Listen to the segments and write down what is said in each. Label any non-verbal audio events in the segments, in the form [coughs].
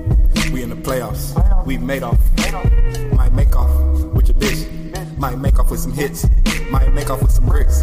in the playoffs. We made off. Might make off with your bitch. Might make off with some hits. Might make off with some bricks.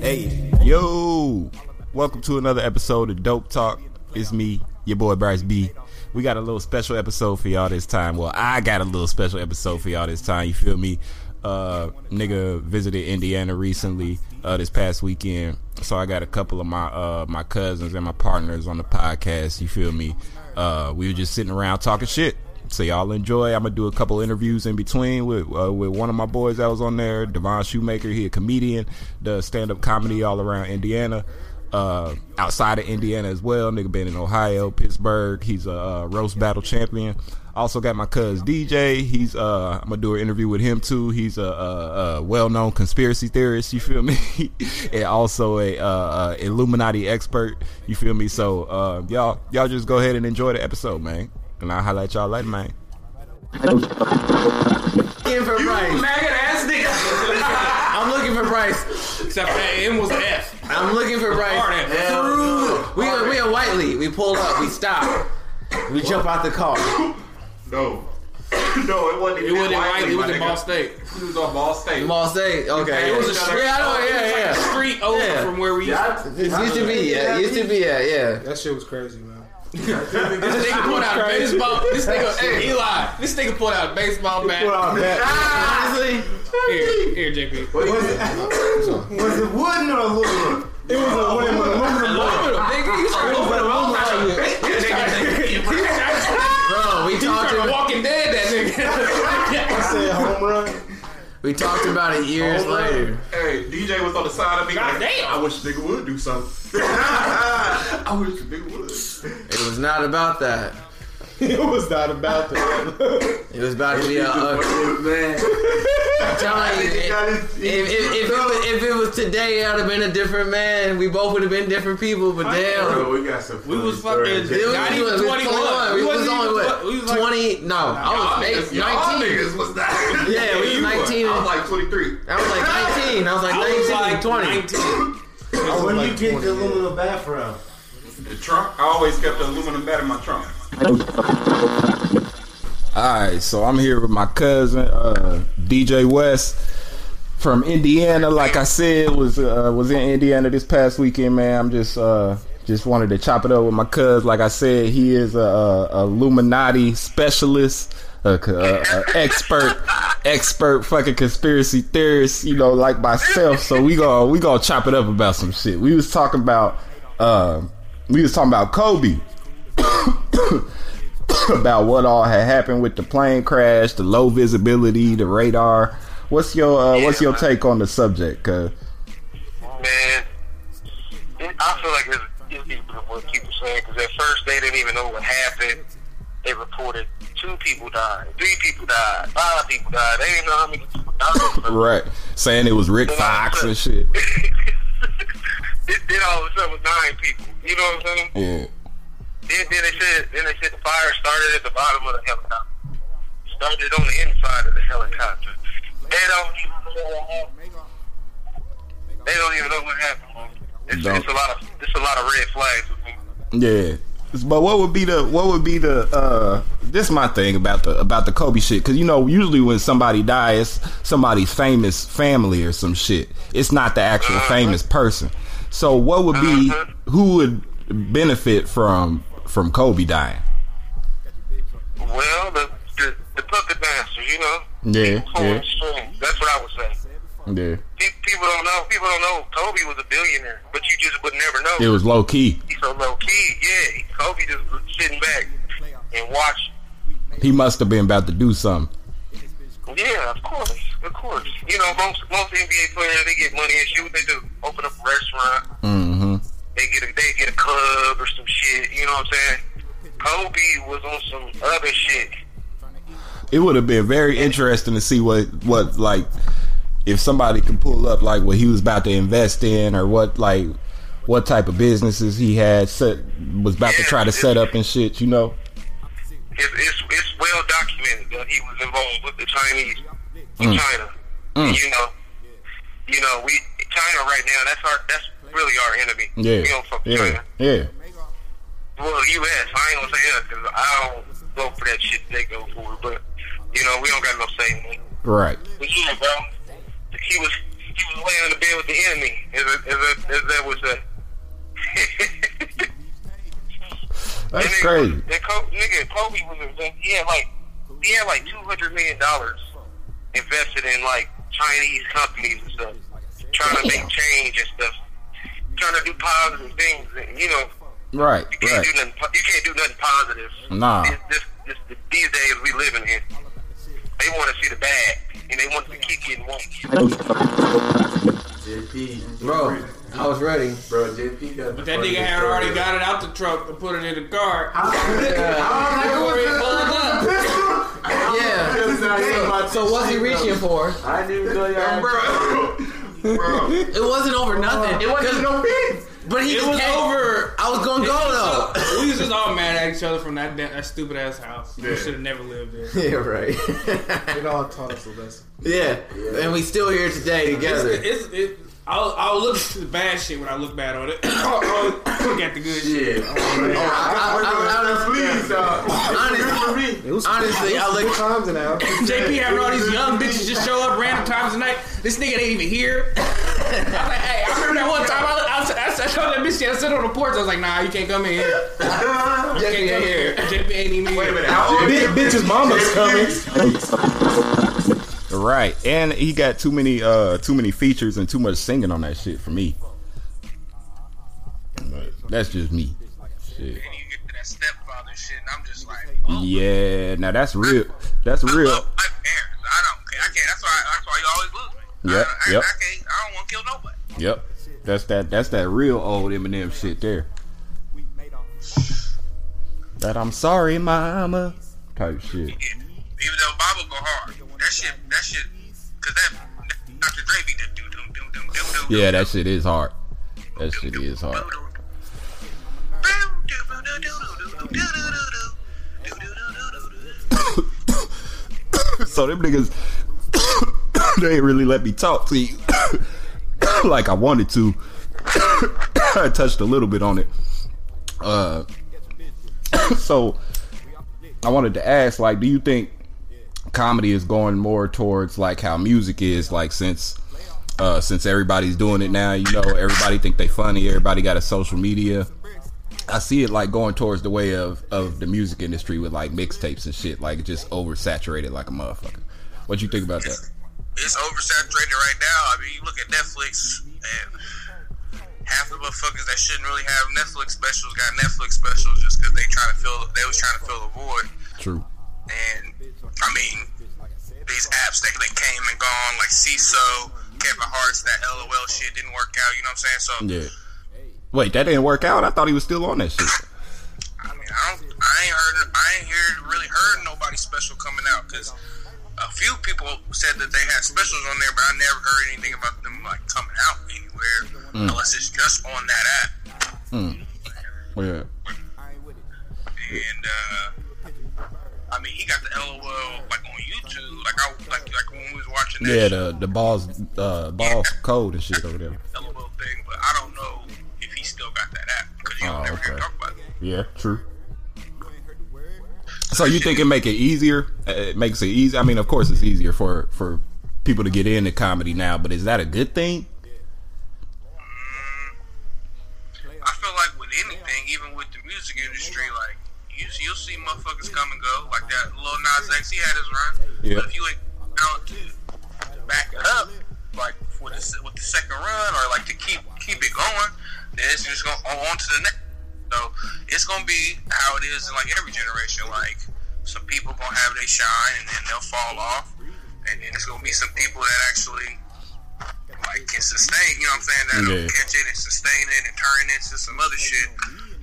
Hey, Yo, welcome to another episode of Dope Talk. It's me, your boy Bryce B. We got a little special episode for y'all this time. Well, I got a little special episode for y'all this time. You feel me? Uh, nigga visited Indiana recently, uh, this past weekend. So I got a couple of my uh my cousins and my partners on the podcast. You feel me? Uh, we were just sitting around talking shit. So y'all enjoy. I'm gonna do a couple interviews in between with uh, with one of my boys that was on there, Devon Shoemaker. He a comedian, does stand up comedy all around Indiana, uh, outside of Indiana as well. Nigga been in Ohio, Pittsburgh. He's a uh, roast battle champion. Also got my cuz DJ. He's uh, I'm gonna do an interview with him too. He's a, a, a well known conspiracy theorist. You feel [laughs] me? and also a, uh, uh Illuminati expert. You feel me? So uh, y'all y'all just go ahead and enjoy the episode, man. And I'll highlight y'all later, man. looking for Bryce. Maggot ass nigga. I'm looking for Bryce. Except for that M was an F. I'm looking for Bryce. Hard F. Hell Through. We a, we a white lead. We pulled up. We stopped. We jump out the car. No. no, it wasn't It even Wiley, wasn't Wiley, my it was in nigga. Ball State. He was on Ball State. Mall State. Okay. It was a street, yeah, I know. Yeah, it was like yeah. a street over Yeah. from where we used to It used to be. Yeah. It used to be. Yeah. Yeah. That shit was crazy, man. This nigga pulled out a baseball. This nigga, hey, Eli, this nigga pulled out a baseball bat. [laughs] Honestly, Here, here, JP. Was it, was it wooden or aluminum? It was a wooden [laughs] aluminum. Aluminum, nigga. You trying to open a mouth out your bitch. You trying bro. We talked. to About, walking dead [laughs] that I said home run. we talked about it years later. Hey, DJ was on the side of me. God like, damn. I wish nigga would do something. [laughs] I wish nigga would. It was not about that. It was not about that. It was about to be a. a man. I'm telling [laughs] you, He got if, his- he- if, if, if, it was, if it was today, I'd have been a different man. We both would have been different people, but damn. Bro, we got some. We funny was stories. fucking- It was, Not we even was 21. 21. We We was wasn't only even tw- what? we was like- 20? No, I was eight, Y'all 19. niggas was that. [laughs] Yeah, we was 19. I was like 23. I was like 19. I was like 19, nigga. 20. I When like you get 20, the yeah. aluminum bat from? The trunk. I always kept the aluminum bat in my trunk. All right, so I'm here with my cousin uh, DJ West from Indiana. Like I said, was uh, was in Indiana this past weekend, man. I'm just uh, just wanted to chop it up with my cuz. Like I said, he is a, a Illuminati specialist, a, c- a- a expert, expert fucking conspiracy theorist. You know, like myself. So we gonna we gonna chop it up about some shit. We was talking about uh, we was talking about Kobe about what all had happened with the plane crash, the low visibility, the radar. What's your uh, what's your take on the subject? Cause man, it, I feel like it's, it's deeper than what people saying because at first they didn't even know what happened. They reported two people died, three people died, five people died. They didn't know how many people died. [laughs] right, saying it was Rick Fox and shit. It then all of a sudden was nine people. You know what I'm saying? Yeah, Then, then they said then they said the fire started at the bottom of the helicopter. Started on the inside of the helicopter. They don't even know what happened. They don't even know what happened. man. It's, Don't. it's a lot of it's a lot of red flags with me. yeah. But what would be the what would be the uh this my thing about the about the Kobe shit cuz you know usually when somebody dies somebody's famous family or some shit it's not the actual Uh-huh. famous person so what would be who would benefit from from Kobe dying Well, the the, the puppet master, you know. Yeah, People pulling strings. That's what I would say. yeah Pe- People don't know. People don't know. Kobe was a billionaire, but you just would never know. it was low key He's so low key. Yeah, Kobe just was sitting back and watching. He must have been about to do something. Yeah, of course, of course. You know, most most NBA players they get money and shit. What they do? Open up a restaurant. Mm-hmm. They get a they get a club or some shit. You know what I'm saying? Kobe was on some other shit. It would have been very interesting to see what what like if somebody could pull up like what he was about to invest in or what like what type of businesses he had set was about to try to set up and shit. You know? it's, it's, it's well documented that he was involved with the Chinese with Mm. China. And You know, you know, we China right now. That's our that's really our enemy. Yeah. we don't fuck with Yeah. China. Yeah. Well, U.S. I ain't gonna say us because I don't go for that shit they go for. it, But you know, we don't got no say. in it. Right. But yeah, bro, he was he was laying in the bed with the enemy. Is it, is it, is that what's [laughs] that? That That's nigga- crazy. That Co- nigga Kobe was invested. He had like he had like two hundred million dollars invested in like Chinese companies and stuff, trying to make change and stuff, trying to do positive things. And, you know, Right. you can't Right. do nothing. po- You can't do nothing positive. Nah. This, this, this, these days we living here. They want to see the bad, and they want to keep getting one. JP, Bro, I was ready. bro, JP got. But that nigga had already got it out the truck and put it in the car. Yeah. So what's he reaching for? I didn't even know y'all. Bro, bro, It wasn't over nothing. It wasn't no But he It just was came- over. I was gonna go though. We was just all mad at each other from that, that, that stupid ass house. We should have never lived there. [laughs] Yeah, right. It all taught us a lesson. yeah. and we still here today together. It's, it, I'll, I'll look to the bad shit when I look bad on it. [coughs] I'll I'll look at the good shit. yeah. Oh, man. Please, uh, Honestly, it was honestly, I good look. times now. JP having all these young bitches just show up random times of night. This nigga ain't even here. [laughs] I was like, hey, I remember that one time I, I, said- I, said- I showed that bitch I was sitting on the porch. I was like, nah, you can't come in [laughs] here. You can't get here. JP ain't even here. Wait a minute. Bitch, bitch's mama's coming. Right. And he got too many uh too many features and too much singing on that shit for me. But that's just me. Shit. and you get to that stepfather shit, and I'm just like, whoa. Yeah, now that's real. That's I real. love my parents. I don't care. I can't. That's why. That's why you always lose me. Yep, I, I, yep. I can't. I don't want to kill nobody. Yep. That's that that's that real old Eminem shit there. That I'm sorry, mama type shit. Yeah. Even though Baba go hard, that shit. That shit. Cause that, that Dr. Dre be the do do do do do do. Yeah, that shit is hard. That shit is hard. [coughs] So them niggas they ain't really let me talk to you [coughs] like I wanted to. [coughs] I touched a little bit on it. Uh [coughs] so I wanted to ask, like, do you think comedy is going more towards like how music is, like since uh since everybody's doing it now, you know, everybody think they funny, everybody got a social media. I see it like going towards the way of of the music industry with like mixtapes and shit, like just oversaturated like a motherfucker. What you think about that? It's oversaturated right now. I mean, you look at Netflix and half the motherfuckers that shouldn't really have Netflix specials got Netflix specials just because they trying to fill. They was trying to fill the void. True. And I mean, these apps that they came and gone, like CISO, Kevin Hart's, that LOL shit didn't work out. You know what I'm saying? So Yeah. Wait, that didn't work out. I thought he was still on that shit. I mean, I don't, I ain't heard, I ain't heard, really heard nobody special coming out because a few people said that they had specials on there, but I never heard anything about them like coming out anywhere Hmm. unless it's just on that app. Yeah. And uh, I mean, he got the LOL like on YouTube, like I like like when we was watching that Yeah, the the balls uh ball cold and shit over there. LOL thing, but I don't know if he still got that app because you Oh, don't never hear okay. him talk about it. Yeah, true. So you think it make it easier? Uh, It makes it easy. I mean, of course, it's easier for for people to get into comedy now. But is that a good thing? I feel like with anything, even with the music industry, like you, you'll see motherfuckers come and go. Like that Lil Nas X, he had his run, Yeah. but if you ain't out to back it up, like with the, se- with the second run, or like to keep keep it going, then it's just going on, on to the next. So it's gonna be how it is in like every generation. Like some people gonna have their shine, and then they'll fall off, and then it's gonna be some people that actually like can sustain. You know what I'm saying? That'll Yeah. catch it and sustain it and turn it into some other shit.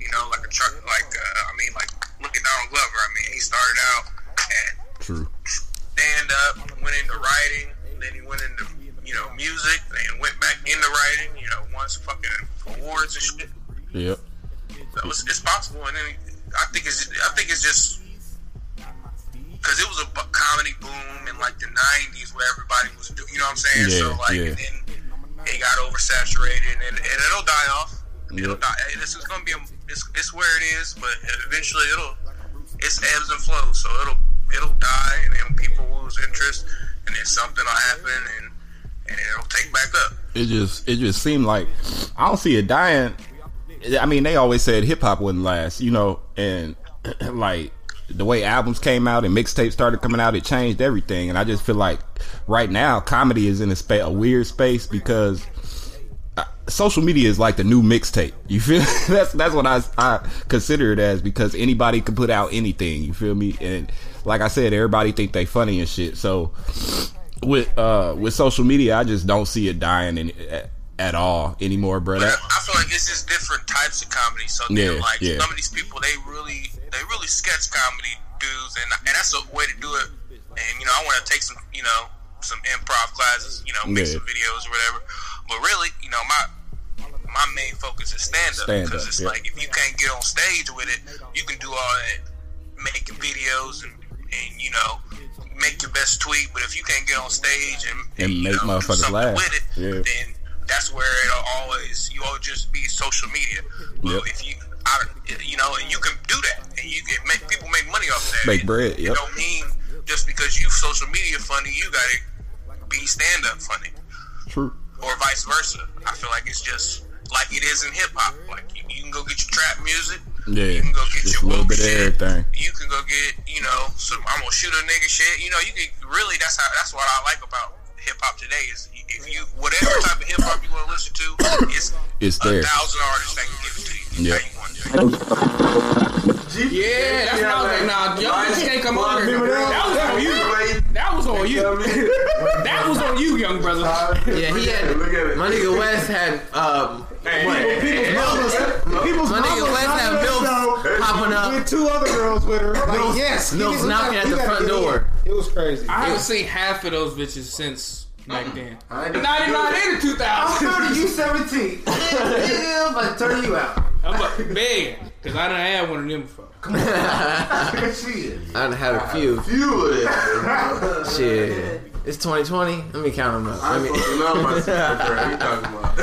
You know, like a truck. Like uh, I mean, like look at Donald Glover. I mean, he started out at True. stand up, went into writing, then he went into you know music, then went back into writing. You know, won some fucking awards and shit. Yep. So it's, it's possible, and then I think it's I think it's just because it was a bu- comedy boom in like the '90s where everybody was doing, you know what I'm saying? so Yeah, like, yeah. and then it got oversaturated, and, and it'll die off. Yeah. It'll die. This is gonna be a, it's, it's where it is, but eventually it'll it's ebbs and flows. So it'll it'll die, and then people lose interest, and then something will happen, and and it'll take back up. It just it just seemed like I don't see it dying. I mean, they always said hip hop wouldn't last, you know, and [clears throat] like the way albums came out and mixtapes started coming out, it changed everything. And I just feel like right now comedy is in a, spa- a weird space because uh, social media is like the new mixtape. [laughs] You feel that's that's what I I consider it as because anybody can put out anything. You feel me? And like I said, everybody think they funny and shit. So with uh with social media, I just don't see it dying in, at, at all anymore, bro. But That- I feel like it's just different types of comedy. So Yeah, then, like yeah. some of these people, they really, they really sketch comedy dudes, and and that's a way to do it. And you know, I want to take some, you know, some improv classes, you know, make Yeah. some videos or whatever. But really, you know, my my main focus is stand up Stand-up, because it's yeah. like if you can't get on stage with it, you can do all that making videos and and you know make your best tweet. But if you can't get on stage and, And you make know, do motherfuckers something laugh. with it, Yeah. then that's where it'll always you'll just be social media. But Yep. if you I, you know, and you can do that, and you can make people make money off that. Make bread, It, yep. it don't mean just because you social media funny, you gotta be stand up funny, True. or vice versa. I feel like it's just like it is in hip hop. Like you, you can go get your trap music. Yeah, You can go get just your a little woke bit of shit. everything. You can go get, you know, some, I'm gonna shoot a nigga shit. You know, you can really. That's how. That's what I like about hip hop today is if you whatever type of hip hop you want to listen to, it's It's there. a thousand artists that can give it to you. Yeah. How you want it. Yeah, that's what I was like, nah, y'all bitches can't come on here. That was on you. That was on you. That was on you, young brother. Yeah, he had Look at it. my nigga West had um People's mamas, people's my nigga mamas West knocking had at the milfs door popping With up. two other girls with her. Like, yes. Milfs niggas was knocking like, at "You the gotta front get in." door. It was crazy. I haven't Uh-uh. seen half of those bitches since back then. I ain't- 99 and [laughs] 2000. you 17. Yeah, but turn you out. I'm like, big, because I done had one of them before. Shit. I done had a few. You of that. bro. Shit. It's 2020. Let me count them up. I Let me. fucking love [laughs] my sister, bro. You talking about?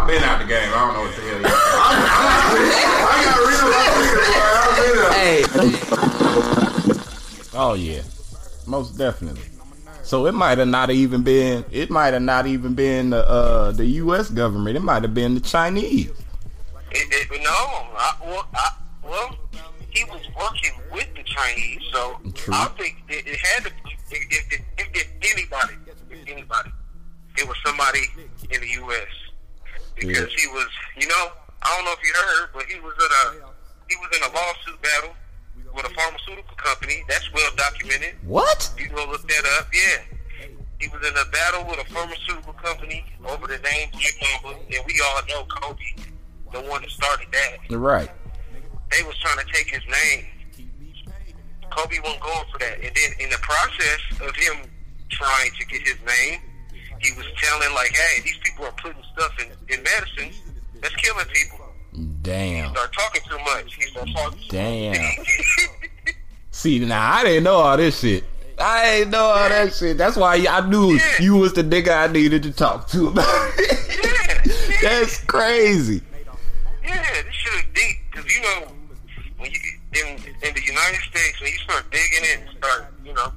I've been out the game. I don't know what the hell. Y'all I got [laughs] rid of my nigga, boy. I've been out. Hey, Oh yeah, most definitely. So it might have not even been. It might have not even been the uh, the U.S. government. It might have been the Chinese. It, it, no, I, well, I, well, he was working with the Chinese, so True. I think it, it had to. be- If, if, if, if anybody, if anybody, it was somebody in the U.S. because Yeah. he was, you know, I don't know if you heard, but he was in a he was in a lawsuit battle with a pharmaceutical company. That's well documented. What? You go look that up. Yeah. He was in a battle with a pharmaceutical company over the name Black Mamba, and we all know Kobe, the one that started that. Right. They was trying to take his name. Kobe wasn't going for that. And then in the process of him trying to get his name, he was telling like, hey, these people are putting stuff in, in medicine that's killing people. Damn. Start talking too much. He started talking too [laughs] Damn. much. See, now I didn't know all this shit. I ain't know all that shit. That's why I knew Yeah. you was the nigga I needed to talk to about it. yeah. yeah. That's crazy. Yeah, this shit is deep because you know when you in in the United States when you start digging it, and start you know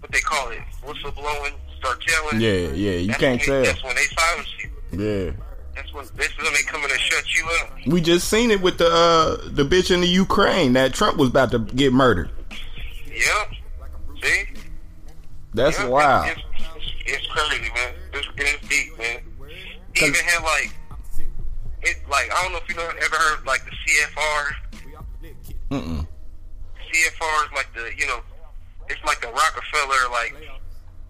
what they call it whistleblowing, start telling. Yeah, yeah. You that's can't tell. when they- That's when they silence you. Yeah. That's when this is when they come in and shut you up. We just seen it with the uh, the bitch in the Ukraine that Trump was about to get murdered. Yep. See. That's Yep, wild. It's, it's, it's crazy, man. It's, it's deep, man. He even had like it like I don't know if you know ever heard of, like the CFR. Mm-mm. CFR is like the you know, it's like the Rockefeller like,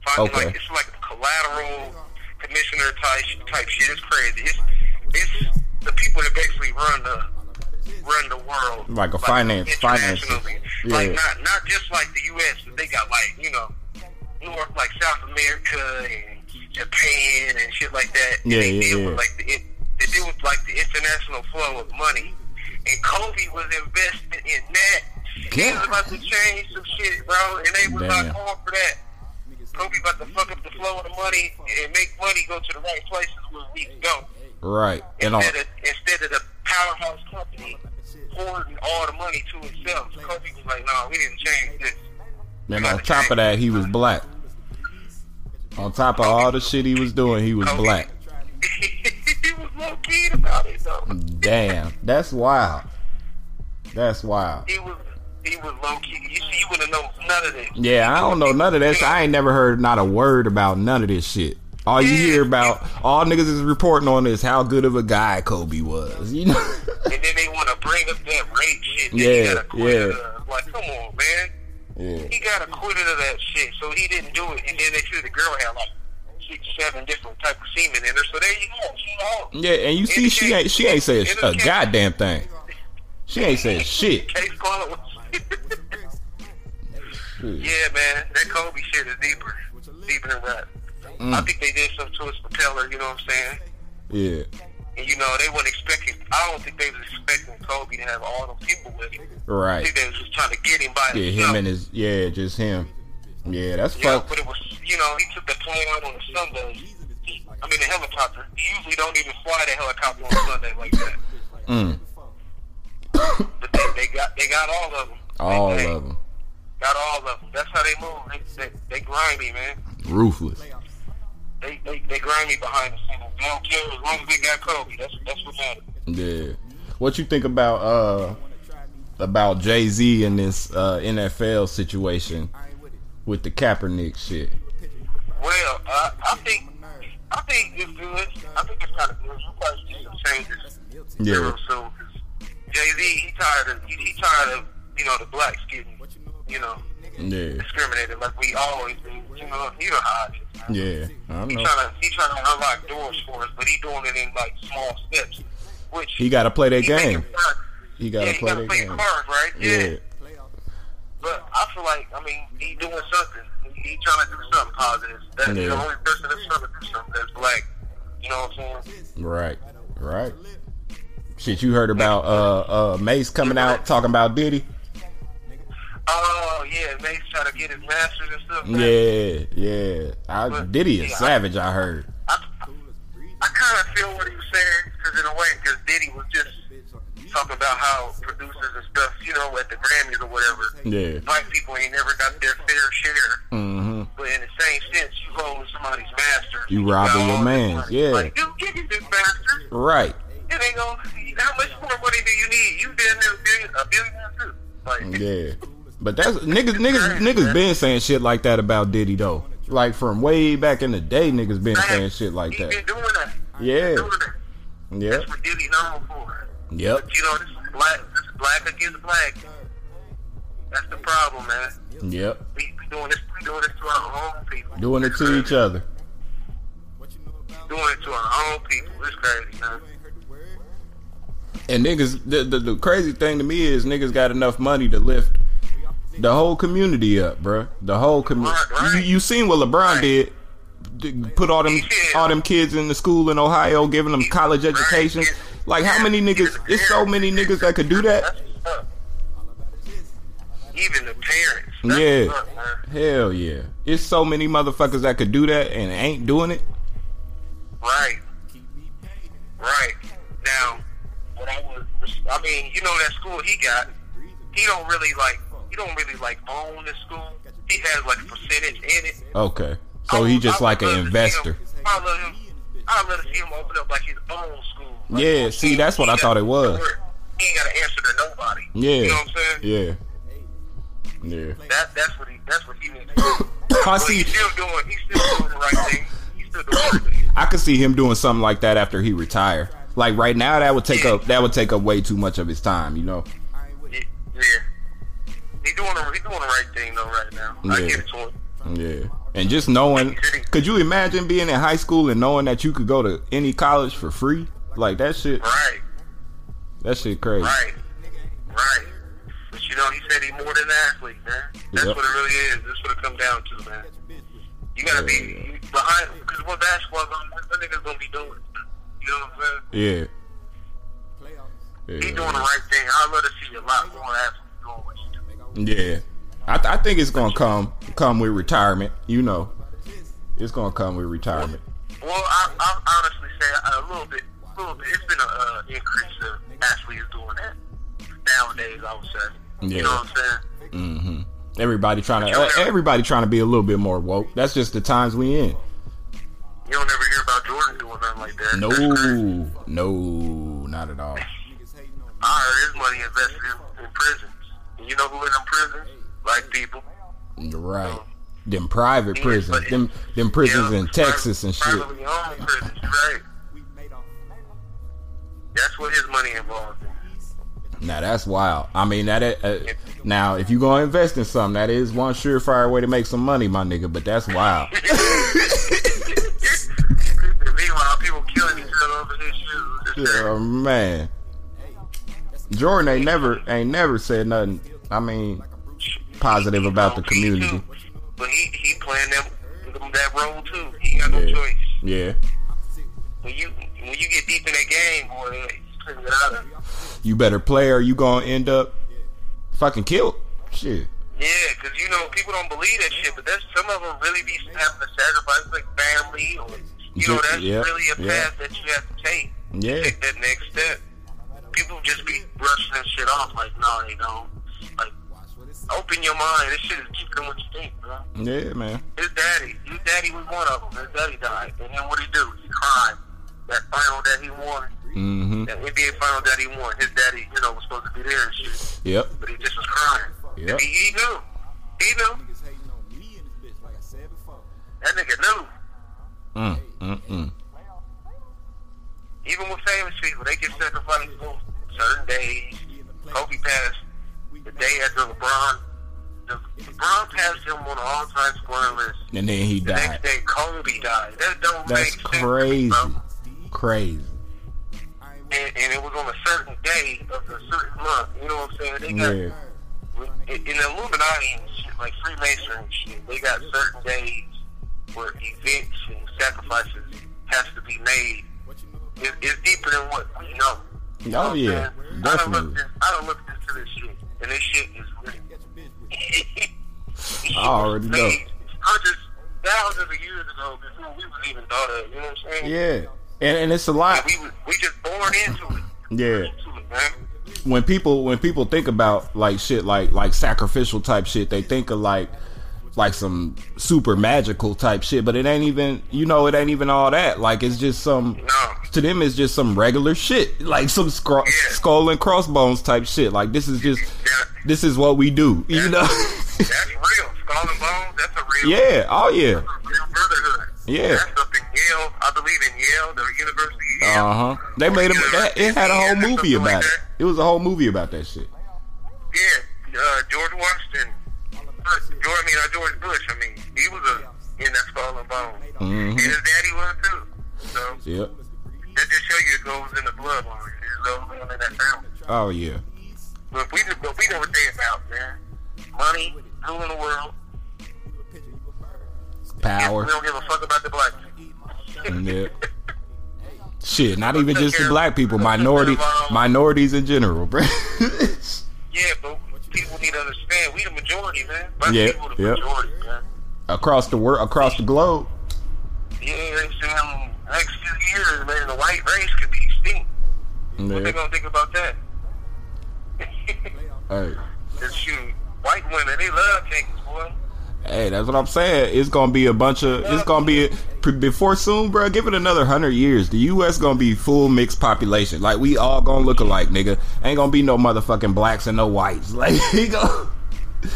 finding, Okay. like it's like a collateral commissioner type type shit. It's crazy. It's it's the people that basically run the run the world Like a finance- finance. internationally. Yeah. Like not not just like the U.S. but they got like you know North like South America and Japan and shit like that. And Yeah, they yeah, deal yeah. With, like the in- they deal with like the international flow of money. And Kobe was invested in that. He was about to change some shit, bro, and they was Damn. not going for that. Kobe about to fuck up the flow of the money and make money go to the right places where we go. Right. And on Instead of, instead of the powerhouse company hoarding all the money to itself, Kobe was like, we need to change this. And on top of that, he was black. On top of all the shit he was doing, he was black. [laughs] he was low key about it though. Damn, that's wild. That's wild. He was he was low key. You see, you wouldn't know none of this. Yeah, I don't know none of this. I ain't never heard not a word about none of this shit. All you hear about, all niggas is reporting on is how good of a guy Kobe was. You know? [laughs] And then they want to bring up that rape shit. That Yeah, he got acquitted yeah. Of. Like, come on, man. yeah. He got acquitted of that shit, so he didn't do it. And then they said the girl had like six, seven different type of semen in her. So there you go. She out. Yeah, and you see, she ain't she ain't said a goddamn thing. She ain't said shit. Case closed. [laughs] yeah, man, that Kobe shit is deeper, deeper than rap. Mm. I think they did something to his propeller. You know what I'm saying? Yeah, And you know they weren't expecting. I don't think they was expecting Kobe to have all them people with him. I right. think they was just trying to get him by Yeah, himself. him and his yeah, just him. Yeah, that's yeah, fuck. but it was you know he took the plane out on a Sunday. I mean the helicopter. You usually don't even fly the helicopter on Sunday like that. Mm, But they, they got they got all of them. all they, they of them Got all of them. That's how they move. They they, they grimy man. ruthless. They, they they grimy behind the scenes. They don't care as long as they got Kobe. That's that's what matters. Yeah. What you think about uh about Jay Z and this uh NFL situation with the Kaepernick shit? Well, uh, I think I think it's good. I think it's kind of good. You probably see some changes Yeah. real soon. Jay Z, he tired of he, he tired of you know the blacks getting you know Yeah. discriminated like we always do. You know you know how it is. man. Yeah. I don't He know. trying to he trying to unlock doors for us, but he doing it in like small steps. Which He gotta play that he making game. progress. He Yeah, gotta he play gotta that play game. cards, right? Yeah. But I feel like, I mean, he doing something. He, he trying to do something positive. That's the Yeah. only person that's trying to do something that's black. You know what I'm saying? Right. Right. Shit, you heard about uh uh Mace coming out talking about Diddy? Oh, yeah, Mace trying to get his masters and stuff. man. Yeah, yeah. I, Diddy is Yeah, I- savage. I heard. I, I kind of feel what he was saying, because in a way, because Diddy was just talking about how producers and stuff, you know, at the Grammys or whatever, Yeah. black people ain't never got their fair share. hmm But in the same sense, you holding somebody's master. You robbing your got all mans, this money. yeah. Like, you give it this bastard. Right. It ain't gonna. How much more money do you need? You damn near a billion, a billionaire too. Like, Yeah. But that's niggas niggas niggas been saying shit like that about Diddy though. Like from way back in the day niggas been saying shit like he been that. doing that. Yeah. Doing that. Yeah. That's what Diddy known for. Yep. But you know, this is black. This is black against black. That's the problem, man. Yep. We, we doing this. We doing this to our own people. Doing it It's to crazy. each other. Doing it to our own people. It's crazy, man. And niggas the, the the crazy thing to me is niggas got enough money to lift the whole community up, bruh. The whole community. Right, right. You, you seen what LeBron Right. did? D- Put all them Yeah. all them kids in the school in Ohio, giving them college Right. educations. Like how many niggas? It's so many niggas that could do that. That's what's up. Even the parents. That's Yeah. what's up, man. Hell yeah. It's so many motherfuckers that could do that and ain't doing it. Right. Right. Now, when I was, I mean, you know that school he got, he don't really like, he don't really like own the school. He has like a percentage in it. Okay. So he just like an investor. I love him. I love to see him open up like his own school. Like, Yeah, see, that's what he I got- thought it was. He ain't got to answer to nobody. Yeah. You know what I'm saying? Yeah. Yeah. That, that's what he. That's what he needs. to do. I But see He's still doing. He's still doing the right thing. He's still doing the right thing. I could see him doing something like that after he retire. Like right now that would take up that would take up way too much of his time, you know. Yeah. He doing the he doing the right thing though right now. I Yeah. give it to him. Yeah. And just knowing could you imagine being in high school and knowing that you could go to any college for free? Like that shit Right, that shit crazy. right, right. But you know, he said he's more than an athlete, man. That's Yep. what it really is. That's what it comes down to, man. You gotta Yeah. be behind because what basketball gonna what the niggas gonna be doing? You know what I'm saying? Yeah. He Yeah. doing the right thing. I love to see a lot more athletes doing what he doing. Yeah, I, th- I think it's gonna come come with retirement. You know, it's gonna come with retirement. Well, I, I honestly say uh, a little bit, a little bit. It's been an uh, increase of athletes doing that nowadays. I would say. Yeah. You know what I'm saying? Everybody trying to everybody trying to be a little bit more woke. That's just the times we in. You don't ever hear about Jordan doing nothing like that. No, That's crazy. no, not at all. I heard his money invested in, in prisons. And you know who in them prisons? Black people. You're right. Them private prisons, them them prisons Yeah, in pri- Texas and shit. Privately owned prisons, right? That's what his money [laughs] involved in. [laughs] Now that's wild. I mean that. Uh, now if you gonna invest in something, that is one surefire way to make some money, my nigga. But that's wild. And Meanwhile, people killing each other over this shit. It's Yeah, crazy. man. Jordan ain't never ain't never said nothing. I mean, positive about the community. But he, he playing that, that role too. He ain't got no Yeah. choice. Yeah. When you when you get deep in that game, boy, you couldn't get out of it. You better play or you gonna end up fucking killed. Shit. Yeah, because you know people don't believe that shit, but that's some of them really be having to sacrifice like family, or you know Yeah, that's yeah, really a path yeah. that you have to take. Yeah. take that next step. People just be brushing that shit off like, no, they don't. Like, open your mind. This shit is deeper than what you think, bro. Yeah, man. His daddy, his daddy was one of them. His daddy died, and then what he do? He cried. That final that he won, Mm-hmm. that NBA final that he won. His daddy, you know, was supposed to be there and shit Yep. but he just was crying. Yeah. He, he knew. He knew. That nigga knew. Mm, mm, mm. Even with famous people, they get sacrificed on certain days. Kobe passed the day after LeBron. The, LeBron passed him on the all-time scoring list. And then he The died. next day, Kobe died. That don't That's make sense. to me, crazy. bro. Crazy. And, and it was on a certain day of a certain month. You know what I'm saying? They got Yeah. in in the Illuminati and shit, like Freemasonry and shit, they got certain days where events and sacrifices has to be made. It, it's deeper than what we know. You know Oh, what I'm yeah. saying? I don't Definitely. look I don't look into this shit, and this shit is real. I already It was know. [laughs] made Hundreds, thousands of years ago, before we was even thought of. You know what I'm saying? Yeah. And, and it's a lot. We was, we just born into it. Yeah. Into it, man. when people when people think about like shit like like sacrificial type shit, they think of like like some super magical type shit, but it ain't even you know it ain't even all that. Like it's just some No. to them it's just some regular shit, like some scro- Yeah. skull and crossbones type shit. Like this is just Yeah. this is what we do, you know? [laughs] That's real. Skull and Bones, that's a real yeah, oh yeah, Real Brotherhood. Yeah. That's up in Yale. I believe in Yale, the University of Yale. uh huh. They made them. That, it had a whole Yeah, movie something like about it. that. It was a whole movie about that shit. Yeah, uh, George Washington. Uh, George, I mean, uh, George Bush, I mean, he was a, in that Skull and Bones. Mm-hmm. And his daddy was too. So, Yep. that just show you it goes in the bloodline. It goes in that family. Oh yeah. But we, just, but we know what they about, man. Money, ruling the world. Power. We don't give a fuck about the black. Yeah. Shit, not even just the black people, minority minorities in general, bro. [laughs] Yeah, but people need to understand, we the majority, man. Black Yeah, people the yeah. majority, man. across the world, across the globe. Yeah, they saying next few years, man, the white race could be extinct. What they Yeah. gonna think about that? [laughs] Hey, Just shoot, white women, they love niggas, boy. hey, that's what I'm saying. It's gonna be a bunch of. It's gonna be a, pre- before soon, bro. Give it another hundred years. The U.S. gonna be full mixed population. Like we all gonna look alike, nigga. Ain't gonna be no motherfucking blacks and no whites. [laughs] Like he go. I mean,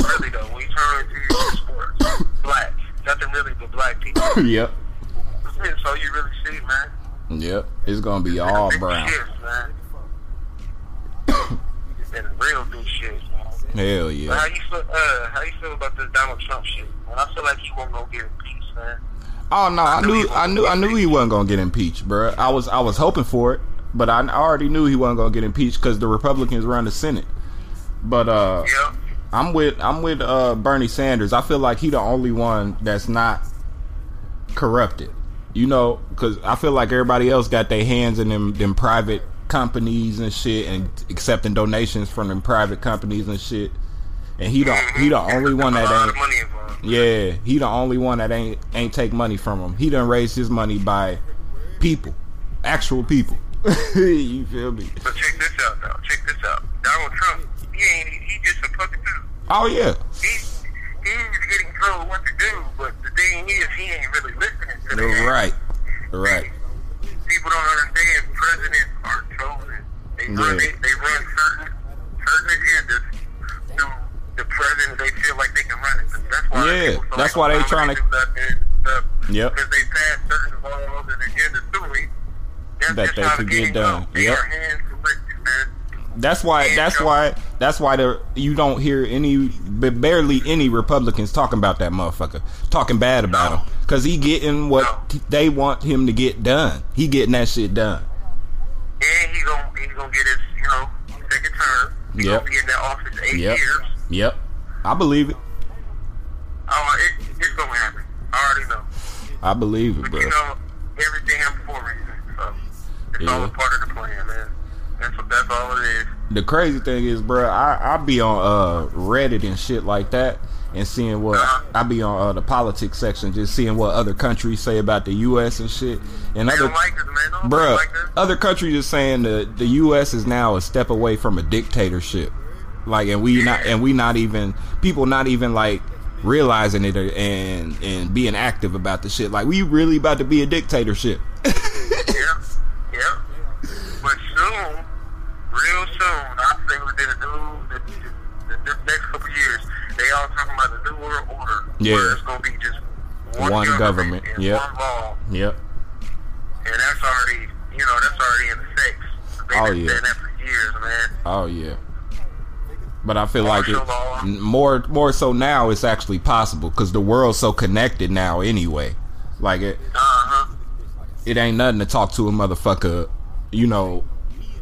really though, when you turn into your sports, black, nothing really but black people. yep. That's all you really see, man. Yep. It's gonna be It's been a all big brown. Shift, man. [coughs] it's been a real big shit, man. Hell But yeah. how you feel? Uh, how you feel about this Donald Trump shit? Man, I feel like he won't go get peace, man. Oh no, I knew, I knew, I knew he wasn't gonna get impeached, bro. I was, I was hoping for it, but I already knew he wasn't gonna get impeached because the Republicans run the Senate. But uh, Yeah. I'm with, I'm with uh, Bernie Sanders. I feel like he the only one that's not corrupted, you know, because I feel like everybody else got their hands in them, them private companies and shit, and accepting donations from them private companies and shit. And he Uh, the, he the only one There's that Mm-hmm. a lot ain't. of money involved. Yeah, he the only one that ain't ain't take money from him. He done raised his money by people, actual people. [laughs] you feel me? But check this out, though. Check this out. Donald Trump, he ain't. He just a Oh yeah. He's, he's getting told what to do, but the thing is, he ain't really listening to that. Right. Right. People don't understand presidents are chosen. They run Yeah. it, they run certain certain agendas through the president they feel like they can run it. That's why Yeah, people feel that's like why they Obama tryna- can do that and stuff. Yep. Because they pass certain laws and agendas through it. That's That just they how the could get game done. goes. They Yep. are hand selected, man. That's why. That's why. That's why the you don't hear any, but barely any Republicans talking about that motherfucker, talking bad about him, because he getting what they want him to get done. He getting that shit done. And he's gonna he's gonna get his you know second term. He's Yep. gonna be in that office eight Yep. years. Yep. I believe it. Oh, it, it's gonna happen. I already know. I believe it, But bro. you know, everything happens for a reason. So it's all Yeah. a part of the plan, man. That's what that's all it is. the crazy thing is, bro, I I be on uh Reddit and shit like that, and seeing what I be on uh, the politics section, just seeing what other countries say about the U.S. and shit, and They other don't like us, man. Don't bruh, like us. other countries are saying that the U.S. is now a step away from a dictatorship. Like, and we not, and we not even people not even like realizing it or- and and being active about the shit. Like, we really about to be a dictatorship. [laughs] Yep. Yep. But soon, real soon, I think within the new, the, the, the next couple years, they all talking about the new world order. Yeah. Where it's gonna be just one, One government, and yep. one law, Yep. and that's already, you know, that's already in effect. They've Oh, been yeah. saying that for years, man. Oh yeah. But I feel like it, Martial law. more more so now it's actually possible because the world's so connected now anyway. Like it, Uh huh. it ain't nothing to talk to a motherfucker, you know,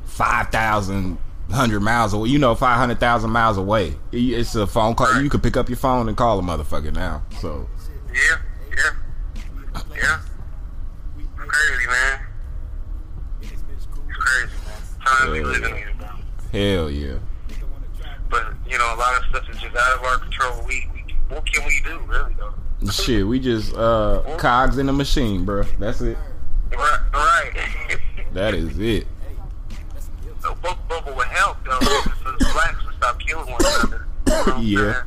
5,000, 100 miles away, you know, 500,000 miles away. It- It's a phone call. You could pick up your phone and call a motherfucker now. So, Yeah, yeah, yeah. It's crazy, man. It's crazy. Times we live in, bro. hell yeah. But you know, a lot of stuff is just out of our control. We, we what can we do, really? Though. Shit, we just uh cogs in the machine, bruh. That's it. Right, right. [laughs] That is it. [laughs] so both bubble would help, though. so the blacks would stop killing one another. You know what I'm Yeah.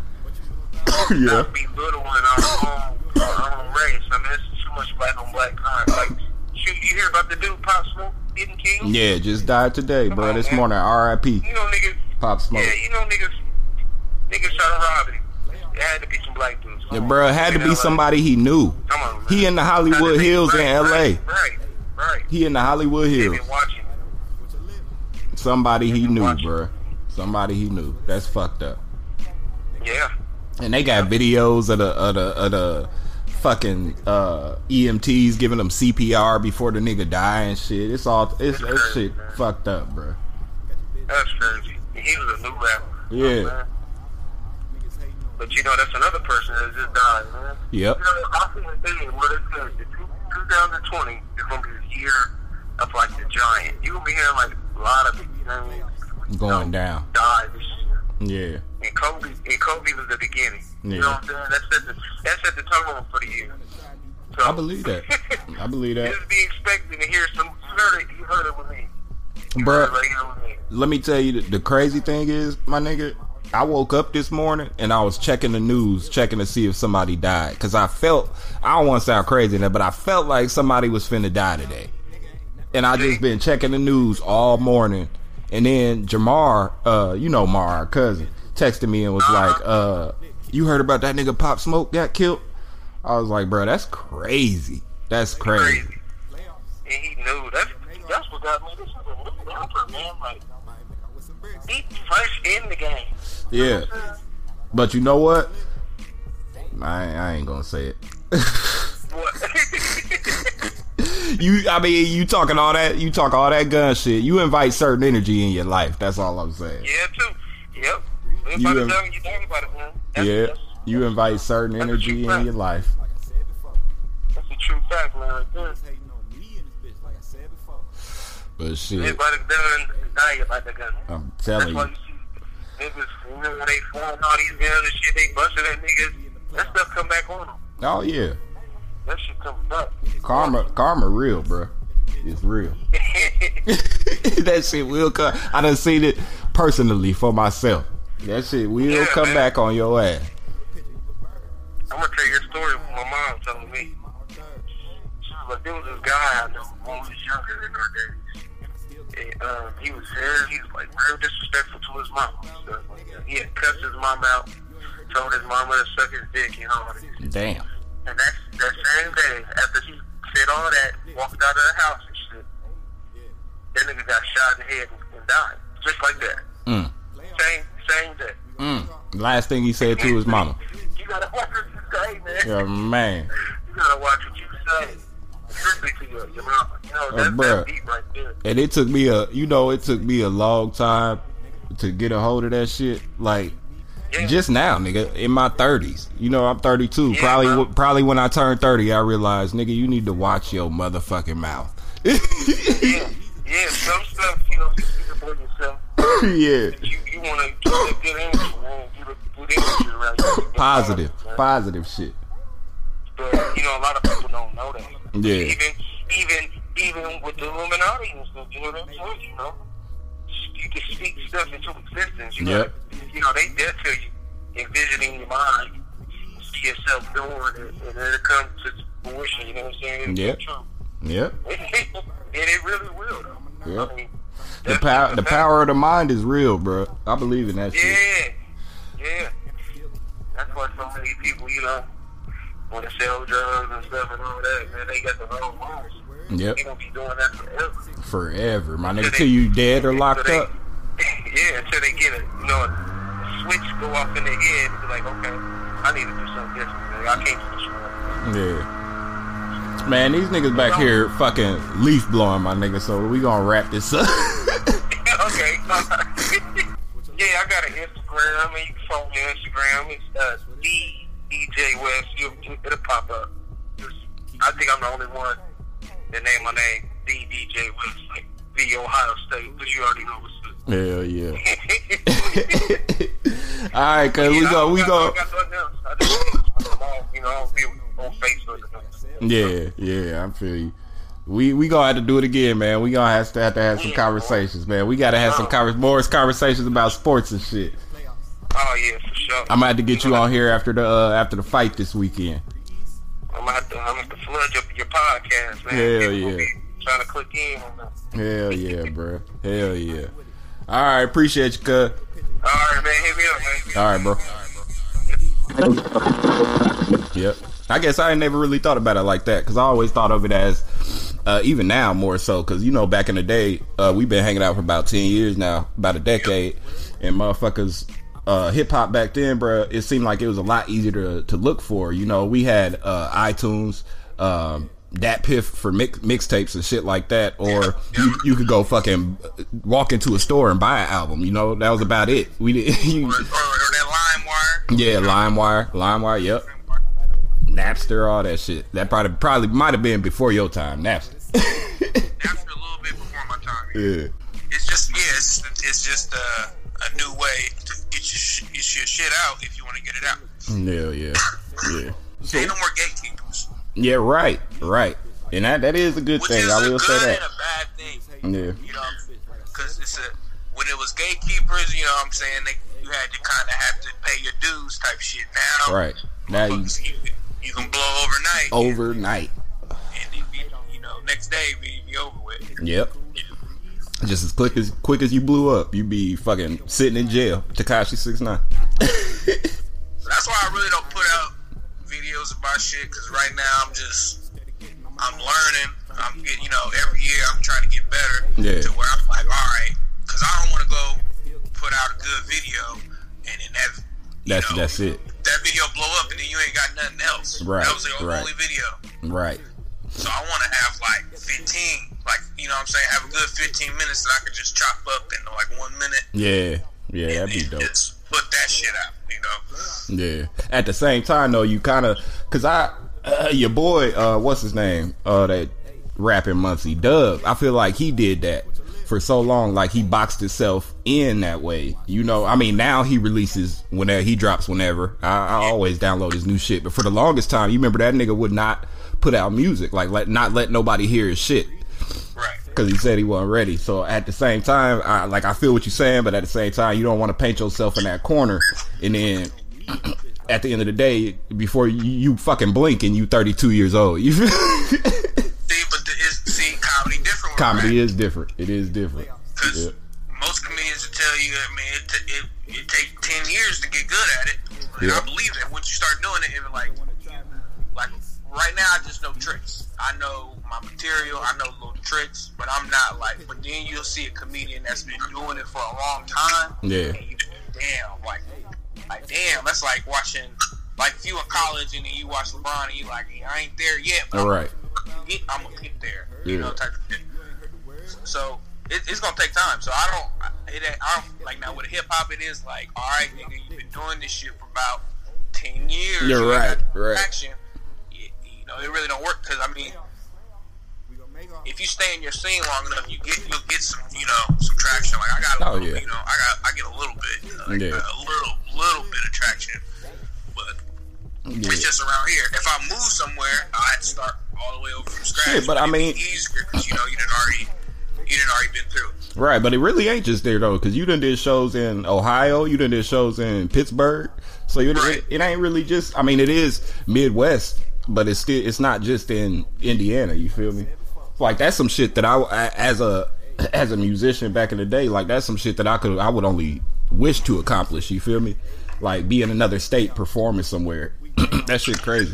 saying? yeah. Not be little in our own, our own race. I mean, it's too much black on black crime. Like, shoot, you hear about the dude Pop Smoke getting killed? Yeah, just died today, bruh. This morning, R.I.P. You know, niggas. Pop Smoke. Yeah, you know, niggas, niggas shot a robbery. It had to be some black dudes. Yeah, bruh, had to You know, be like, somebody he knew. Come on, man. He in the Had to Hollywood be- Hills in right, L.A. Right, right. right. He in the Hollywood They Hills. been watching. Somebody he knew, Watch it. bruh. Somebody he knew. That's fucked up. Yeah. And they got videos of the of the of the fucking uh, EMTs giving them CPR before the nigga die and shit. It's all it's, it's shit fucked up, bruh. That's crazy. He was a new rapper. you know Yeah. what I'm saying? But you know, that's another person that just died, man. Yep. You know, I think the thing what it says, the two- 2020 is going to be the year of like the giant. You're going to be hearing like a lot of big names you Going know, down. die this year. Yeah. And Kobe, and Kobe was the beginning. You know Yeah. what I'm saying? That set the, that set the tone for the year. So, I believe that. I believe that. [laughs] Just be expecting to hear some. You heard it, you heard it with me. You Bruh. heard it right here with me. Let me tell you the, the crazy thing is, my nigga, I woke up this morning and I was checking the news, checking to see if somebody died. Cause I felt I don't wanna sound crazy in that, but I felt like somebody was finna die today. and I just been checking the news all morning. And then Jamar, uh, you know Mar, our cousin, texted me and was like, uh, "You heard about that nigga Pop Smoke got killed?" I was like, "Bro, that's crazy. That's crazy." crazy. And he knew. That's that's what got me. This is a new rapper, man. Like he fresh in the game. Yeah. But you know what? I, I ain't gonna say it. What? You, I mean, you talking all that, you talk all that gun shit. You invite certain energy in your life. That's all I'm saying. [laughs] yeah, too. Yep. Everybody You you, in- done, you talking about it, man. That's, Yeah, That's, you invite certain That's energy right. in your life. that's a true fact, man. Right there. But shit, Everybody done dying about the gun. I'm That's telling why you. you see niggas you know, when they form all these guns and shit. They busting at niggas. That stuff come back on them. Oh yeah, That shit comes back. [laughs] karma, karma, real, bruh. It's real. [laughs] that shit will come. I done seen it personally for myself. That shit will Yeah, come man. back on your ass. I'm gonna tell you a story from my mom telling me. She was like, there was this guy I know when we was younger in our days. And um, he was there, he was like real disrespectful to his mom. Stuff like that. He had cussed his mom out, told his mama to suck his dick and all this. Damn. And that that same day, after he said all that, walked out of the house and shit, that nigga got shot in the head and, and died. Just like that. Mm. Same same day. Mm. Last thing he said to his mama. You gotta watch what you say, man. Yeah, man. You gotta watch what you say. Strictly to your, your mama. You know, that's bruh. that beat right there. And it took me a, you know, it took me a long time to get a hold of that shit. Like, Yeah. just now, nigga, in my thirties. You know, I'm 32. Yeah, probably, bro. w- probably when I turned 30, I realized, nigga, you need to watch your motherfucking mouth. [laughs] yeah. Yeah, some stuff, you know, you speak about yourself. yeah. You, you wanna keep that good energy, man. Keep the good energy around you. Positive, Man. positive shit. But, you know, a lot of people don't know that. Yeah. Even, even, even with the Illuminati and stuff, you know what I'm saying? You know, you can speak stuff into existence. You Yep. know, you know they they'll tell you, envisioning your mind, see yourself doing it, and then it comes to fruition. You know what I'm saying? Yep. True. [laughs] Yep. and it really will. Though. Yep. I mean, The that's power, the fact. power of the mind is real, bro. I believe in that shit. Yeah, yeah. That's why so many people, you know, want to sell drugs and stuff and all that. Man, they got the wrong minds. Yep. They gonna be doing that forever. Forever, my nigga. Till you dead or locked Until up. they- [laughs] Yeah, until they get a you know a switch go off in their head and be like, okay, I need to do something different. Man. I can't do this. Man. Yeah. Man, these niggas back here fucking leaf blowing, my nigga. So we gonna wrap this up. [laughs] okay. [laughs] yeah, I got an Instagram. and you can follow me on Instagram. It's uh, D DJ West. You, you- it'll pop up. I think I'm the only one that named my name D DJ West, like the Ohio State, but you already know [laughs] what's Hell yeah. [laughs] up. All right, cause we go, we go. Yeah, yeah, I feel you. We we gonna have to do it again, man. We gonna have to have to have some Yeah, conversations, man. We gotta have some convers more conversations about sports and shit. Oh yeah, for sure. I'm gonna have to get you on here after the uh, after the fight this weekend. I'm out to, I'm out to flood your, your podcast, man. Hell, People yeah. Be trying to click in on that. Hell yeah, bro. Hell yeah. All right, appreciate you, cuz. All right, man. Hit me up, man. All right, bro. Yep. I guess I ain't never really thought about it like that because I always thought of it as, uh, even now more so because you know back in the day uh, we've been hanging out for about ten years now, about a decade, and motherfuckers. Uh, hip hop back then, bruh, it seemed like it was a lot easier to, to look for. You know, we had uh, iTunes, um, that piff for mix mixtapes and shit like that, or you, you could go fucking uh, walk into a store and buy an album. You know, that was about it. We didn't. [laughs] Or, or, or You, that lime wire. yeah, LimeWire, LimeWire, yep. Napster, all that shit. That probably probably might have been before your time, Napster. After a little bit before my time. yeah. It's just yeah, it's just, it's just uh, a new way to get your, sh- get your shit out if you want to get it out. Yeah, yeah. Yeah. Ain't no more gatekeepers, Yeah, right. Right. And that that is a good which thing. is I a will good say that. and a bad thing. Yeah. you know, because it's a when it was gatekeepers, you know what I'm saying? They, you had to kind of have to pay your dues type shit. Now, Right. Now you Oh. motherfuckers, you, you can blow overnight, overnight. and it be, you know, next day be, be over with. Yep. Just as quick as quick as you blew up, you be fucking sitting in jail. Takashi six nine. [laughs] So that's why I really don't put out videos about shit because right now I'm just I'm learning. I'm getting you know every year I'm trying to get better Yeah. to where I'm like, all right, because I don't want to go put out a good video and then that you That's know, that's it. that video blow up and then you ain't got nothing else. Right, That was the right. only video. Right. So I want to have like 15, like you know what I'm saying, have a good 15 minutes that I could just chop up into like one minute Yeah. Yeah, that'd be and dope. just put that shit out. You know, Yeah. At the same time, though, you kind of because I uh, your boy, uh, what's his name? Uh, that rapping Muncie Dub. I feel like he did that for so long. Like he boxed himself in that way. You know, I mean, now he releases whenever he drops whenever. I, I always download his new shit, but for the longest time, you remember that nigga would not put out music, like let not let nobody hear his shit. right? because he said he wasn't ready. So at the same time, I, like I feel what you're saying, but at the same time, you don't want to paint yourself in that corner. And then [clears throat] at the end of the day, before you, you fucking blink and you 32 years old, [laughs] you feel? See, but the, it's, see, comedy different. [laughs] comedy is different. It is different. Because Yeah. most comedians will tell you, I mean, it, t- it, it take 10 years to get good at it. And Yeah. I believe that once you start doing it, it's like, like right now, I just know tricks. I know my material, I know little tricks, but I'm not like, but then you'll see a comedian that's been doing it for a long time. Yeah. And you, damn, like, like, damn, that's like watching, like, if you in college and then you watch LeBron and you like, I ain't there yet, but All I'm right. I'm gonna get there. You Yeah. know, type of shit. So it, it's gonna take time. So I don't. I- It ain't, I don't like now with hip hop. It is like, all right, nigga, you've been doing this shit for about ten years. You're You ain't right, got right. Action. You, you know, it really don't work because I mean, if you stay in your scene long enough, you get you'll get some you know some traction. Like I got a Oh, little, yeah. you know I got I get a little bit you know, like, Yeah. a little little bit of traction, but. Yeah. It's just around here. If I move somewhere, I have to start all the way over from scratch. Shit, but I It'd be mean- easier because you know you done already, you done already been through. it. Right, but it really ain't just there though, because you done did shows in Ohio, you done did shows in Pittsburgh, so you Right. it, it ain't really just. I mean, it is Midwest, but it's still it's not just in Indiana. You feel me? Like that's some shit that I, I as a [clears throat] as a musician back in the day, like that's some shit that I could I would only wish to accomplish. You feel me? Like be in another state performing somewhere. [clears throat] that shit crazy.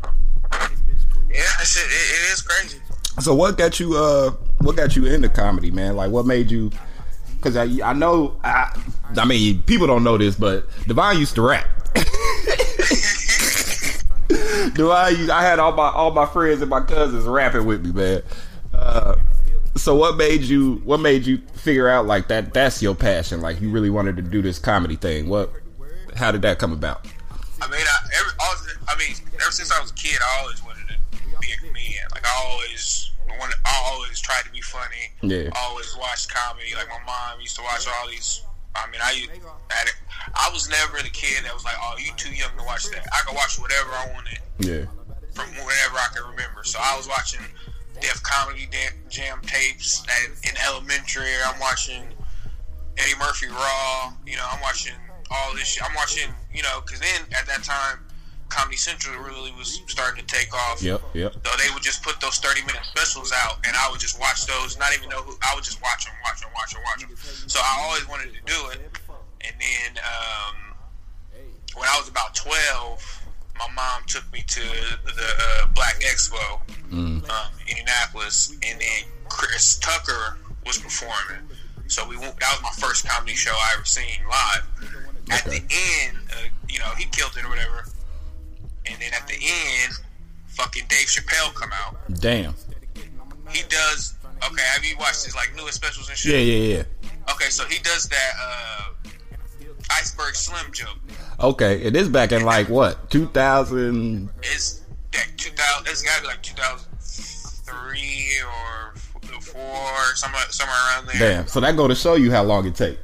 Yeah, that shit, it, it is crazy. So what got you uh what got you into comedy, man? Like what made you cuz I I know I I mean people don't know this, but Divine used to rap. [laughs] Divine used, I had all my all my friends and my cousins rapping with me, man. Uh so what made you what made you figure out like that that's your passion? Like you really wanted to do this comedy thing. What how did that come about? I mean, I, every, all, I mean, ever since I was a kid, I always wanted to be a comedian. Like I always wanted, I always tried to be funny. Yeah. I always watched comedy. Like my mom used to watch all these. I mean, I used- I, I was never the kid that was like, "Oh, you too young to watch that." I could watch whatever I wanted. Yeah. from whenever I can remember. So I was watching Def Comedy da- Jam tapes at, in elementary. I'm watching Eddie Murphy Raw. You know, I'm watching all this shit. I'm watching, you know, because then at that time, Comedy Central really was starting to take off. Yep, yep. So they would just put those 30 minute specials out, and I would just watch those, not even know who. I would just watch them, watch them, watch them, watch them. So I always wanted to do it. And then um, when I was about 12, my mom took me to the uh, Black Expo um, in Indianapolis, and then Chris Tucker was performing. So we went, that was my first comedy show I ever seen live. At the end, uh, you know, he killed it or whatever. And then at the end, fucking Dave Chappelle come out. Damn. He does. Okay, have you watched his like newest specials and shit? Yeah, yeah, yeah. Okay, so he does that uh, iceberg slim joke. Okay, and this back in like what? 2000 It's that 2000. It's gotta be like 2003 or f- four, or somewhere somewhere around there. Damn. So that go to show you how long it take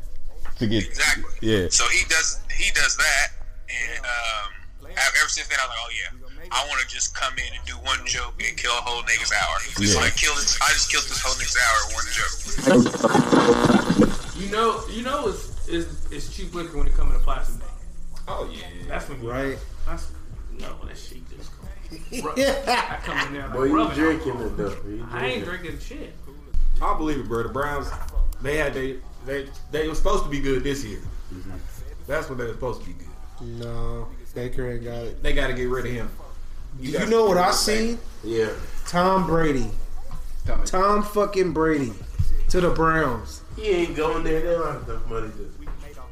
to get. Exactly. Yeah. So he does he does that, and um, ev- ever since then I was like, oh yeah, I want to just come in and do one joke and kill a whole nigga's hour. So I Yeah. killed this, I just killed this whole nigga's hour in one joke. You know, you know, it's it's, it's cheap liquor when it comes to plastic bag. Oh yeah, that's when you Right. That's no, that shit just. I come in there. Like, Boy, you rubbing. drinking it though. You I ain't drinking. drinking shit. I believe it, bro. The Browns, they had they they they were supposed to be good this year. That's when they were supposed to be good. No, Baker ain't got it. They got to get rid of him. You, know what I seen? [laughs] Yeah. Tom Brady. Coming. Tom fucking Brady to the Browns. He ain't going there. They don't have enough money to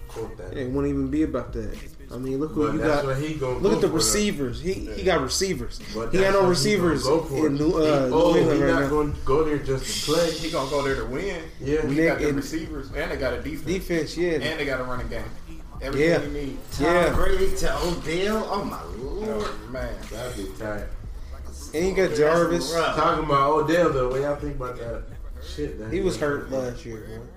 quote that. It won't even be about that. I mean, look who But you that's got. what he gonna Look go at the for, though. receivers. He he got receivers. But He got that's no what receivers gonna go for. in New, uh, He- New oh, England he right not now. going to go there just to play. He gonna go there to win. Yeah. He got Nick good and- receivers and they got a defense, Defense, yeah, and they got a running game. Everything Yeah. you need. yeah. Brady to Odell. Oh my lord. Oh, man, That'd be tight. And he got Jarvis. Talking about Odell, though, what y'all think about that shit? That He was hurt last year, man.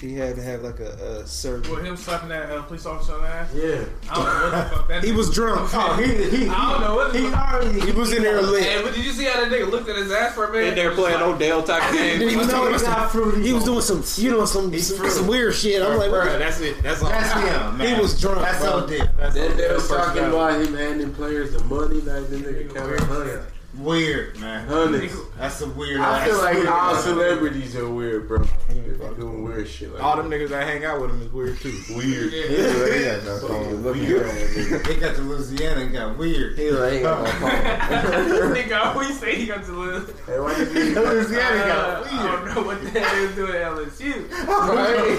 He had to have like a, a surgery. With him slapping that uh, police officer on the ass? Yeah. I don't know what the fuck that He was [laughs] drunk. Oh, he- he- I don't know what the he fuck. already- he was in there lit. Hey, but did you see how that nigga looked at his ass for a minute? In there playing Odell type [laughs] game. You know, he's not fruity. He was doing some, you know, some some, some weird shit. I'm like, what? that's it. That's all. That's him, the- man. He was drunk. That's bro. all did. Then they was First talking round. about him handing players the money that the nigga counted hundreds. Weird, man. Hundreds. That's a weird. I feel ass like weird all ass. celebrities are weird, bro. They're doing weird shit like All them niggas that hang out with him is weird too. that. weird. Yeah, yeah, that's all. [laughs] They got to Louisiana and got weird. He was like, ain't got no phone. nigga [laughs] always say he got to live. Louisiana Uh, got I weird. don't know what the hell he was doing at LSU.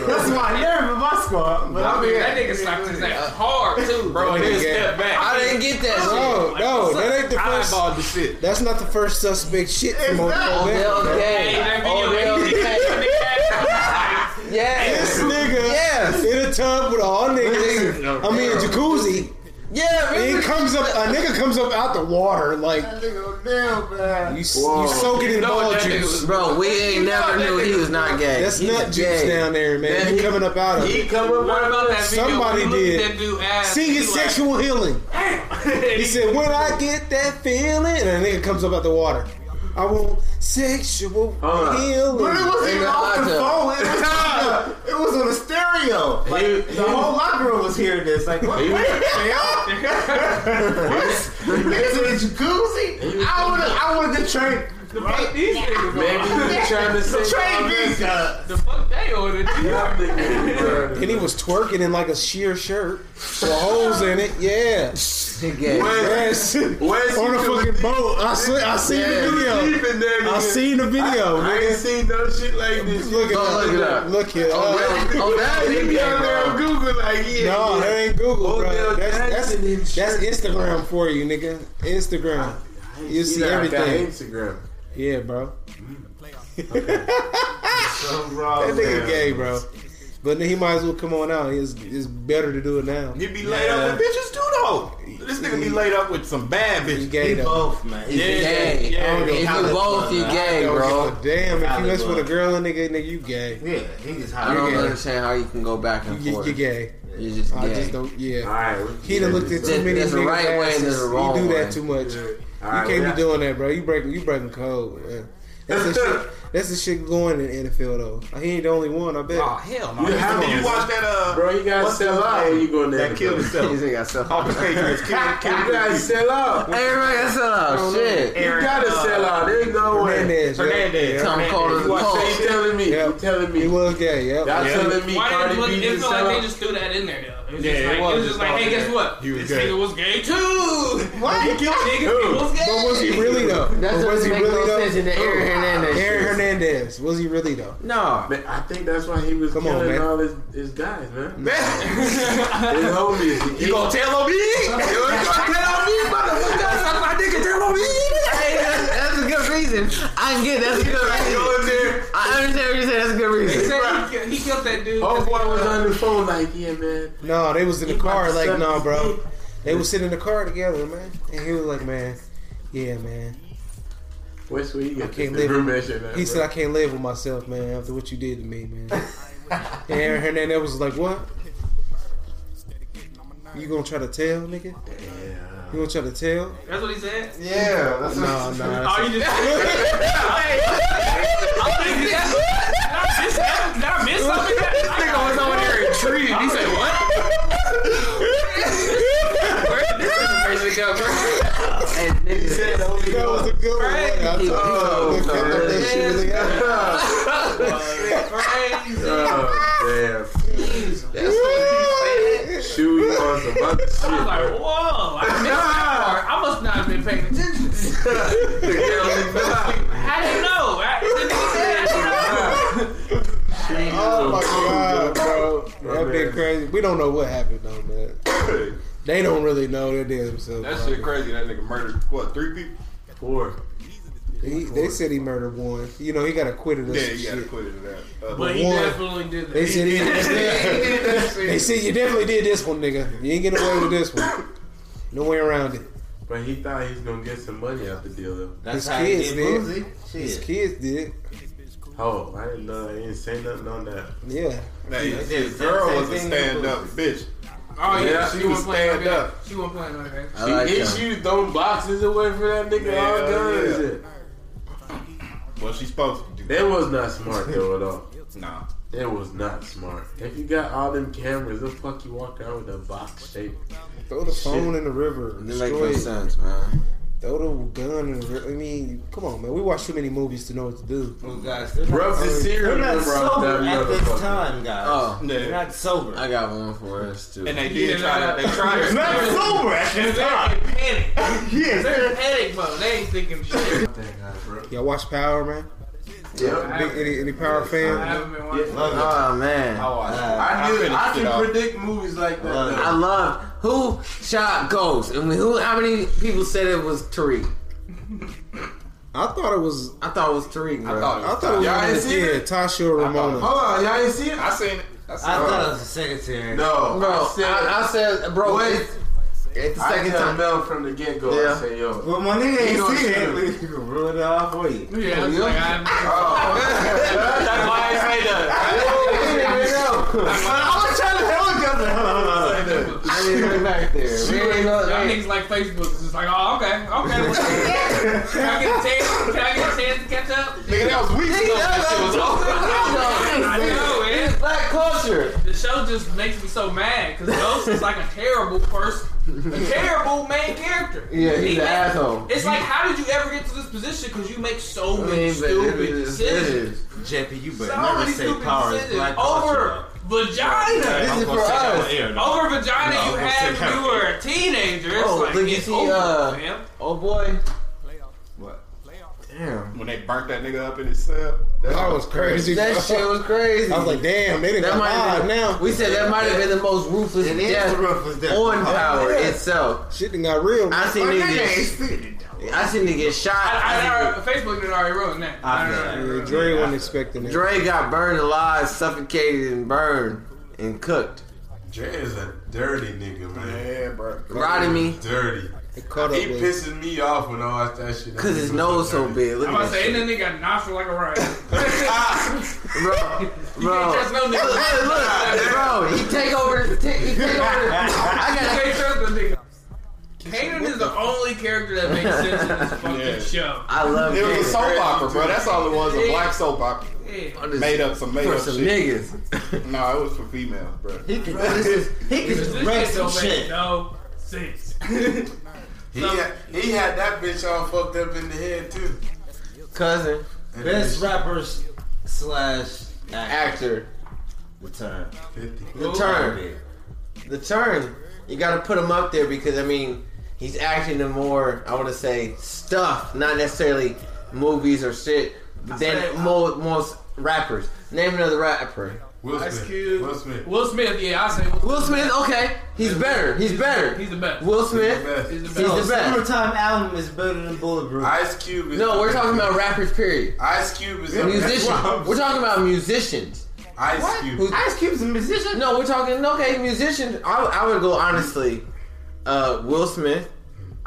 That's why he never in my squad. But I I'm mean, here. that nigga slapped his ass hard too, [laughs] bro. And then step back. I didn't get that shit. No, no, that ain't the first. Eyeballed the shit. That's not the first suspect shit from Odell Odell Beckham. bro. K. Hey, oh, that video Odell when he kicked K. the cat. This Yeah. nigga Yes. in a tub with all niggas. I mean, a jacuzzi. Yeah, And he remember? comes up. A nigga comes up out the water like That nigga Odell, man. you, you soaking in No, ball that nigga juice. was- Bro, we ain't never knew he was not gay. That's He's nut juice gay. down there, man. That you he- coming up out of He it? come up What out about that video? Somebody He looked did. at That dude ass. Singing sexual healing. He said, "When I get that feeling," and a nigga comes up out the water. I want sexual on. healing. But it wasn't In even the off the hot phone. tub. It was, on the, it was on the stereo. Like, He- the whole locker room was hearing this. Like, what? He- Wait, hell? what? Niggas in the jacuzzi? I wanna, I wanna the train. Fuck these niggas, Maybe he man. was trying to The say train visa. The fuck they ordered. Y'all niggas, bro. And he was twerking in like a sheer shirt with holes in it. Yeah. Gay. Yes. On a Where's he coming fucking deep? boat. I, see, I seen He the was video. deep in there, I nigga. seen the video. I ain't seen no shit like this. Oh, Look at Go that. look it up. Look it Oh, up. that- oh, that He was be gay, on there on bro. Google like, yeah. No, yeah. that ain't Google, Odell bro. That's, that's, Jackson in that's shirt. Instagram for you, nigga. Instagram. You see He got that everything. Instagram. Yeah, bro. Something wrong. That nigga man. gay, bro. But he might as well come on out. It's, it's better to do it now. He be laid up with bitches too though. This nigga be laid up with some bad He bitches. gay, though. Both, man. Yeah. Gay. Yeah, If you both, you gay, Don't bro. give a Damn, if you mess with a Hollywood. girl and nigga, nigga, you gay. Yeah, he just I hot. don't gay. understand how you can go back and You, forth. you gay. You're just I just gay. don't. Yeah. All right. He done looked at too There- many there's a niggas' right way and asses. there's a wrong You do that way. too much. You Alright, can't well, be doing that, bro. You breaking you breaking code. Man. That's the shit. [laughs] That's the shit going in the NFL though. He ain't the only one. I bet. Oh hell no. You Did have you to- watch that uh Bro, you gotta what's that sell out line or you gonna that never killed play. himself? He's got self. Off the Patriots. Killed- You killed- gotta sell out. Everybody got self. Shit. You gotta Uh, sell out. There's no way. Hernandez. Yep. Hernandez. Tom Carter's oh, You watch- coach. You telling me? You Yep. telling He me? was gay. Yep. Y'all Yeah. telling me Why Cardi did it, B it just feel sell like they out? just threw that in there though? It was Yeah, just it like, was it was just just like, hey, all guess there. what? He was This gay. nigga was gay too. What? Nigga was gay. But was he really though? That's But was what he makes really no sense in though? the Aaron Hernandez. Aaron shit. Hernandez. Was he really though? No. Man, I think that's why he was Come on, killing man. all his, his guys, man. His [laughs] homies. You gonna tell on me? You gonna tell on me, [laughs] motherfucker? Suck my dick and tell on me? Hey, that's, that's a good reason. I can get that's a good reason. Go in there. I understand what you're saying. That's a good He reason. said he, killed- he killed that dude. Homeboy was on the phone like, yeah, man. No, they was in the car. about to Like, suck no, his bro. dick. They was sitting in the car together, man. And he was like, man, yeah, man. What's where you got can't this live roommate shit, man? He said, bro. I can't live with myself, man, after what you did to me, man. and Aaron Hernandez was like, What? You gonna try to tell, nigga? You gonna try to tell? That's what he said. Yeah, that's No, no. Oh, you just. Hey, I'm thinking that's- Did I miss that? Did I miss something? This nigga was over there intrigued. He said, "What?" Where did this information come from? Hey, nigga. That was a good one. Right. I told you, Oh, look at that man. shit really happened. Oh, damn. Yeah. Shoe you on some other shit. I was like, [laughs] bro. "Whoa!" I missed that part. I must not have been paying attention. The girl is out. How do you know? I didn't say that. Oh my [laughs] god, bro. My That been man. crazy. We don't know what happened though, man. They don't really know their damn self. That bro. shit crazy. That nigga murdered what three people? Four. He, they said he murdered one. You know, he got acquitted of Yeah, some you gotta shit. put it in that. Uh, But he One. definitely did that. They said he [laughs] They that. said you definitely did this one, nigga. You ain't getting away with this one. No way around it. But he thought he was gonna get some money out the deal, though. His kids did. Boozy. His Shit. kids did. Oh, I didn't know. I didn't say nothing on that. Yeah. His, his girl was a stand up bitch. Oh yeah, Yeah, she, she was wasn't playing like stand that. up. She wasn't playing like that. She issued throwing boxes away for that nigga all Yeah, done yeah. and shit. Well, she's supposed to do That was not smart though at all. [laughs] Nah. It was not smart. If you got all them cameras, the fuck you walk out with a box shape. Throw the phone in the river. It make Destroy no it. sense, man. Throw the gun in the river. I mean, come on, man. We watch too many movies to know what to do. Oh, guys, they're Bro, not, serial they're not number off that sober at motherfucker. this time, guys. Oh. They're not sober. I got one for us too. And they did try to. They tried to. not sober at this time. Panic. Yes, They're in panic mode. They ain't thinking shit. Y'all watch Power, man? I Big, haven't, any, any Power I fan? haven't been watching. Love it. Oh man. I watch it. Uh, I, knew, I finished it off. can predict movies like that. Love it. though. I love who shot Ghost and who? How many people said it was Tariq? I thought it was. I thought it was Tariq. Bro. thought it I thought it was. Y'all one ain't of the- seen yeah, it? Tasha or Ramona. Hold on, y'all ain't seen it? I seen it. I seen I it. thought it was the secretary. No, bro, I said, I, I said, bro, Wait. it's, it's the I second tell time. Mel from the get go. Yeah. I said, yo, Well, my nigga You gonna ain't seen shoot. it. You can rule it off for you. Yeah, I was like, I'm, That's why I say [laughs] I was trying to help each other. Hold on, hold on, hold on. I didn't look back there. We ain't look- y'all we ain't- niggas like Facebook. It's just like, oh, okay, okay. [laughs] can I get a chance? Can I get a chance to catch up? Nigga, that was weeks ago. That shit was [laughs] I know, man. Black culture. The show just makes me so mad because Ghost is like a terrible person, a terrible main character. Yeah, he's He an makes- asshole. It's like, how did you ever get to this position? Because you make so I many mean, but stupid it is- it decisions. is. JP, you better So never many say stupid power is decisions. black over culture. vagina. This is I'm for gonna say that us. on air, though. Over vagina, No, you I'm gonna had say when that. you were a teenager. It's Oh, like look, you it's see, over, uh, fam. Oh boy. What? Damn. When they burnt that nigga up in his cell. That That [laughs] was crazy. That bro. shit was crazy. I was like, damn, they didn't that got might live have been, now. We said that might have been the most ruthless It is death the ruthless death. on Oh, power yeah. itself. Shit done got real. I seen Nigga niggas. ain't seen it, though. I seen to get shot. I, I, already- Facebook did already ruin that. I I feel already- that. Yeah, Dre wasn't expecting it. Dre got burned alive, suffocated, and burned and cooked. Dre is a dirty nigga, man. Yeah, bro. Rotted me Dirty. It caught up He with. pisses me off when I watch that shit. because his nose so big. Look I'm at about to that say, shit. and then got nostril like a riot. bro, You bro. can't trust no nigga. oh. Look, look, look, bro. He take over. the- Take, he take over. the- I You got. can't trust no nigga. Kanan is the only character that makes sense [laughs] in this fucking Yeah. [laughs] show. I love It was a Dre. soap opera, bro. That's all it was. A Yeah. black soap opera. Yeah. Made up some made for up some shit. niggas. No, it was for females, bro. He can, this is, he can This just shit wreck some don't make shit. no sense. He had, he had that bitch all fucked up in the head too. Cousin, Best rappers slash actor. actor, Return. Fifty. the turn, the turn. You got to put him up there because I mean, he's acting in more. I want to say stuff, not necessarily movies or shit. Than mo- most rappers. Name another rapper. Will Ice Smith. Cube. Will Smith. Will Smith, yeah, I say Will, Will Smith, okay, he's better. He's better. He's the best. Will He's Smith. the He's best. the He's best. No, the best. Summertime album is better than Bulletproof. Ice Cube. Is No, we're talking about rappers. Period. Ice Cube is Musicians. Wow. We're talking about musicians. Ice Cube. Who's- Ice Cube's a musician. No, we're talking okay, musicians. I, I would go honestly, uh, Will Smith,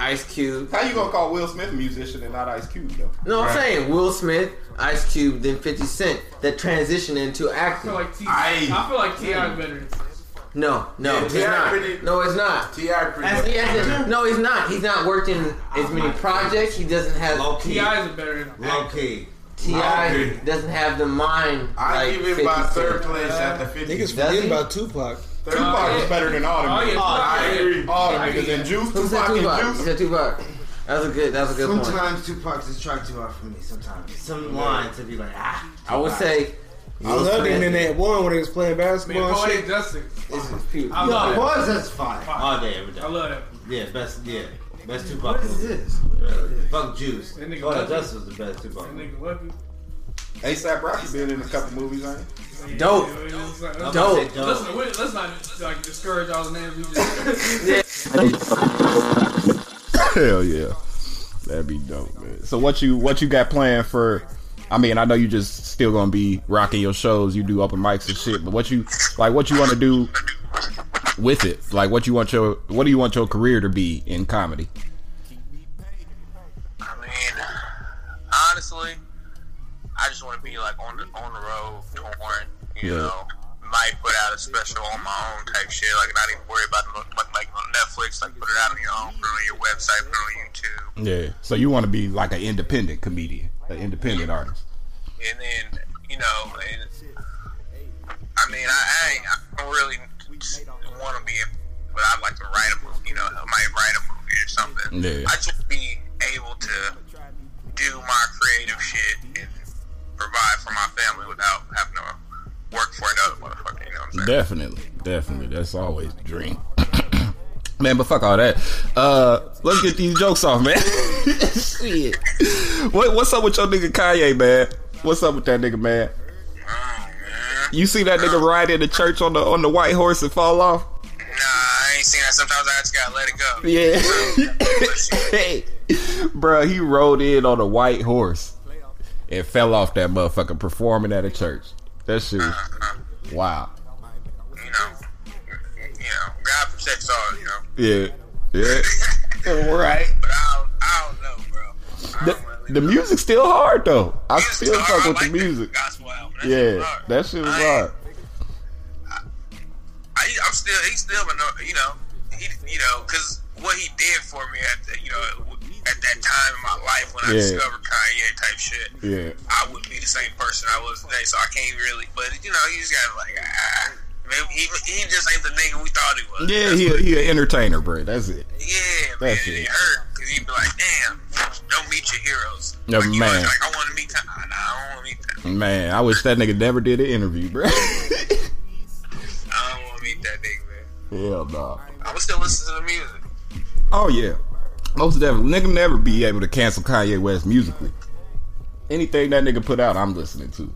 Ice Cube. How you gonna call Will Smith a musician and not Ice Cube though? No, I'm saying Will Smith, Ice Cube, then Fifty Cent that transition into I acting. feel like T. Aye. I feel like T. is better. than- No, no, Yeah, he's T.I. not. pretty- No, it's not. Ti As pretty. He hasn't- no, he's not. He's not worked in as many projects. He doesn't Low have key. T. is better. Than Low key. Ti doesn't have the mind. I like give it by 50 Cent. third place at the fifty. Niggas Does forget he? about Tupac. Third Tupac was place. better than all Oh them. yeah, niggas. I agree. All them I niggas agree. and Juice, Who said Tupac Tupac? and Who Juice. said Tupac? That's a good. That's a good point. Sometimes Tupac's just try too hard for me. Sometimes some lines to be like ah. I would say. I loved him in that one when they was playing Man, basketball and poetic shit. justice. This is cute. I No, love it. boys, that's fine. All day, every day. I love that. Yeah, best. Yeah, best Tupac. What is this? Really. Fuck Juice. That nigga Boy, lucky. Justice was the best Tupac. That nigga lucky. ASAP Rocky been in a couple movies, ain't he? Yeah, Dope. yeah, yeah, it's like- I'm Let's gonna say [laughs] Dope. dope. not- let's not like discourage all the names. We just Hell yeah, that'd be dope, man. So what you what you got planned for? I mean, I know you just still gonna be rocking your shows. You do open mics and shit, but what you like? What you want to do with it? Like, what you want your what do you want your career to be in comedy? I mean, honestly, I just want to be like on the on the road touring. You Yeah. know, might put out a special on my own type shit. Like not even worry about it, like, like on Netflix. Like put it out on your own, put it on your website, put it on YouTube. Yeah. So you want to be like an independent comedian, an independent artist. and then you know, and I mean, I, I, ain't, I don't really want to be, a, but I'd like to write a movie. You know, I might write a movie or something. Yeah. I just want to be able to do my creative shit and provide for my family without having to work for another motherfucker. You know what I'm saying? Definitely, definitely. That's always the dream. [coughs] man, but fuck all that. Uh, let's get these jokes off, man. [laughs] Shit. What, what's up with your nigga Kanye, man? What's up with that nigga, man? Oh, You see that nigga ride in the church on the on the white horse and fall off? I ain't seen that. Sometimes I just gotta let Yeah. [coughs] it go. hey. Bruh, he rode in on a white horse and fell off that motherfucker performing at a church. That shit Uh-huh. was wow. You know, God protects all. You know. Yeah. Yeah. right. But I don't, I don't know, bro. The, the music's still hard though. I still fuck with the music. yeah, that shit was hard. I, I'm still, he's still, been, uh, you know, he, you know, because what he did for me at, the, you know, at that time in my life when I Yeah. discovered Kanye type shit, Yeah. I wouldn't be the same person I was today. So I can't really, but you know, you just got like, ah, maybe he, he just ain't the nigga we thought he was. Yeah, he a, he an entertainer, bro. That's it. Yeah, That's man, it. it hurt because he'd be like, damn, don't meet your heroes. Yeah, like, you man. always like, I want to meet, Ka- nah, I don't want to meet that. Man, I wish that nigga never did an interview, bro. I don't want to meet that nigga, man. [laughs] Hell no. I would still listen to the music. Oh yeah, most definitely. Nigga never be able to cancel Kanye West musically. Anything that nigga put out, I'm listening to.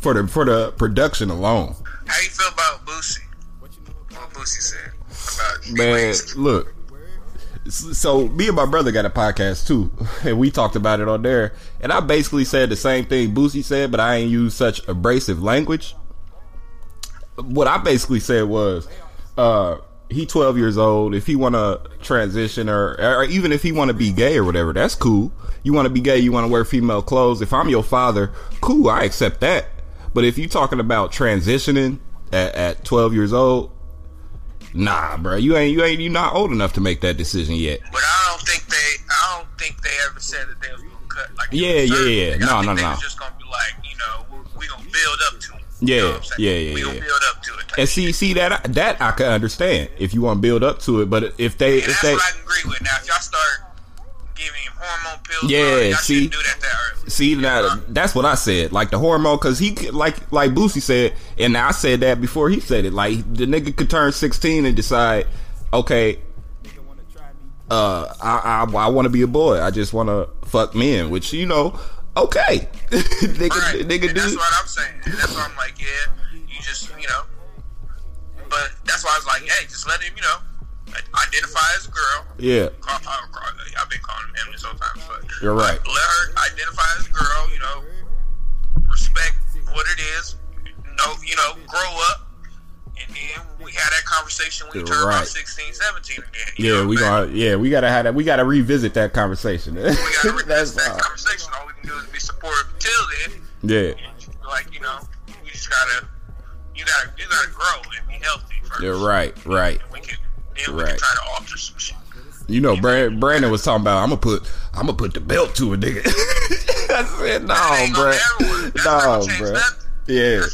For the for the production alone, How you feel about Boosie? What Boosie said about man. Look, so me and my brother got a podcast too, [laughs] and we talked about it on there. And I basically said the same thing Boosie said, but I ain't use such abrasive language. What I basically said was, uh, he 12 years old. If he want to transition or, or even if he want to be gay or whatever, that's cool. You want to be gay, you want to wear female clothes. If I'm your father, cool, I accept that. But if you talking about transitioning at, at 12 years old, nah, bro, you ain't you ain't you not old enough to make that decision yet. But I don't think they, I don't think they ever said that they was gonna cut. Like, Yeah, yeah, yeah. I No, think no, they no. was just gonna be like, you know, we- we gonna build up to it. Yeah, you know what I'm saying? yeah, yeah, We gonna yeah. build up to it. And see, see that I- that I can understand if you want to build up to it, but if they And if that's they what I can agree with. Now, if y'all start giving him hormone pills, bro, yeah y'all see shouldn't do that that early. see now that's what I said like the hormone because he could- like like Boosie said and I said that before he said it like the nigga could turn sixteen and decide okay uh I I, I want to be a boy I just want to fuck men which you know okay [laughs] nigga [laughs] nigga And that's do what I'm saying. And that's why I'm like, yeah, you just, you know. But that's why I was like, hey, just let him, you know, identify as a girl. yeah Call, I- I- I've been calling him him this whole time, but you're right let her identify as a girl. You know, respect what it is. No, you know, grow up. And then we had that conversation when you You're turned about right. 16, 17 again. You yeah know, we gonna yeah we gotta have that we gotta revisit that conversation we [laughs] gotta revisit that conversation. All we can do is be supportive until then. yeah. Like you know, we just gotta, you gotta, you gotta grow and be healthy first. Yeah, right, right. Then we Right. can try to alter some shit. You know, Brand, Brandon was talking about I'm gonna put I'm gonna put the belt to a nigga. [laughs] I said, no, bro, [laughs] no, bro, yeah,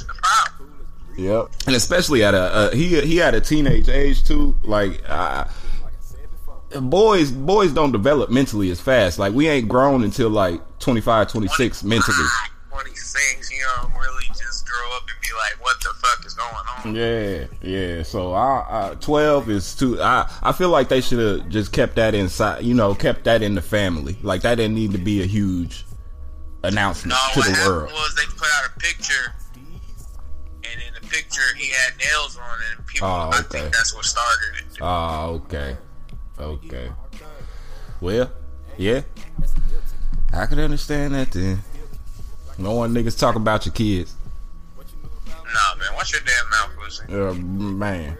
[laughs] yep. And especially at a uh, he he had a teenage age too. Like, uh, boys boys don't develop mentally as fast. Like, we ain't grown until like 25, 26 mentally. 26, Ah, you don't really just grow up and be like, what the fuck is going on? Yeah, yeah. So I, I twelve is too. I I feel like they should have just kept that inside. You know, kept that in the family. Like that didn't need to be a huge announcement No, to what the happened world. was they put out a picture, and in the picture he had nails on, and people. Oh, I okay. think that's what started it. Oh, okay, okay. Well, yeah. I could understand that then. No one niggas talking about your kids. Nah, man, watch your damn mouth, pussy. Uh, man.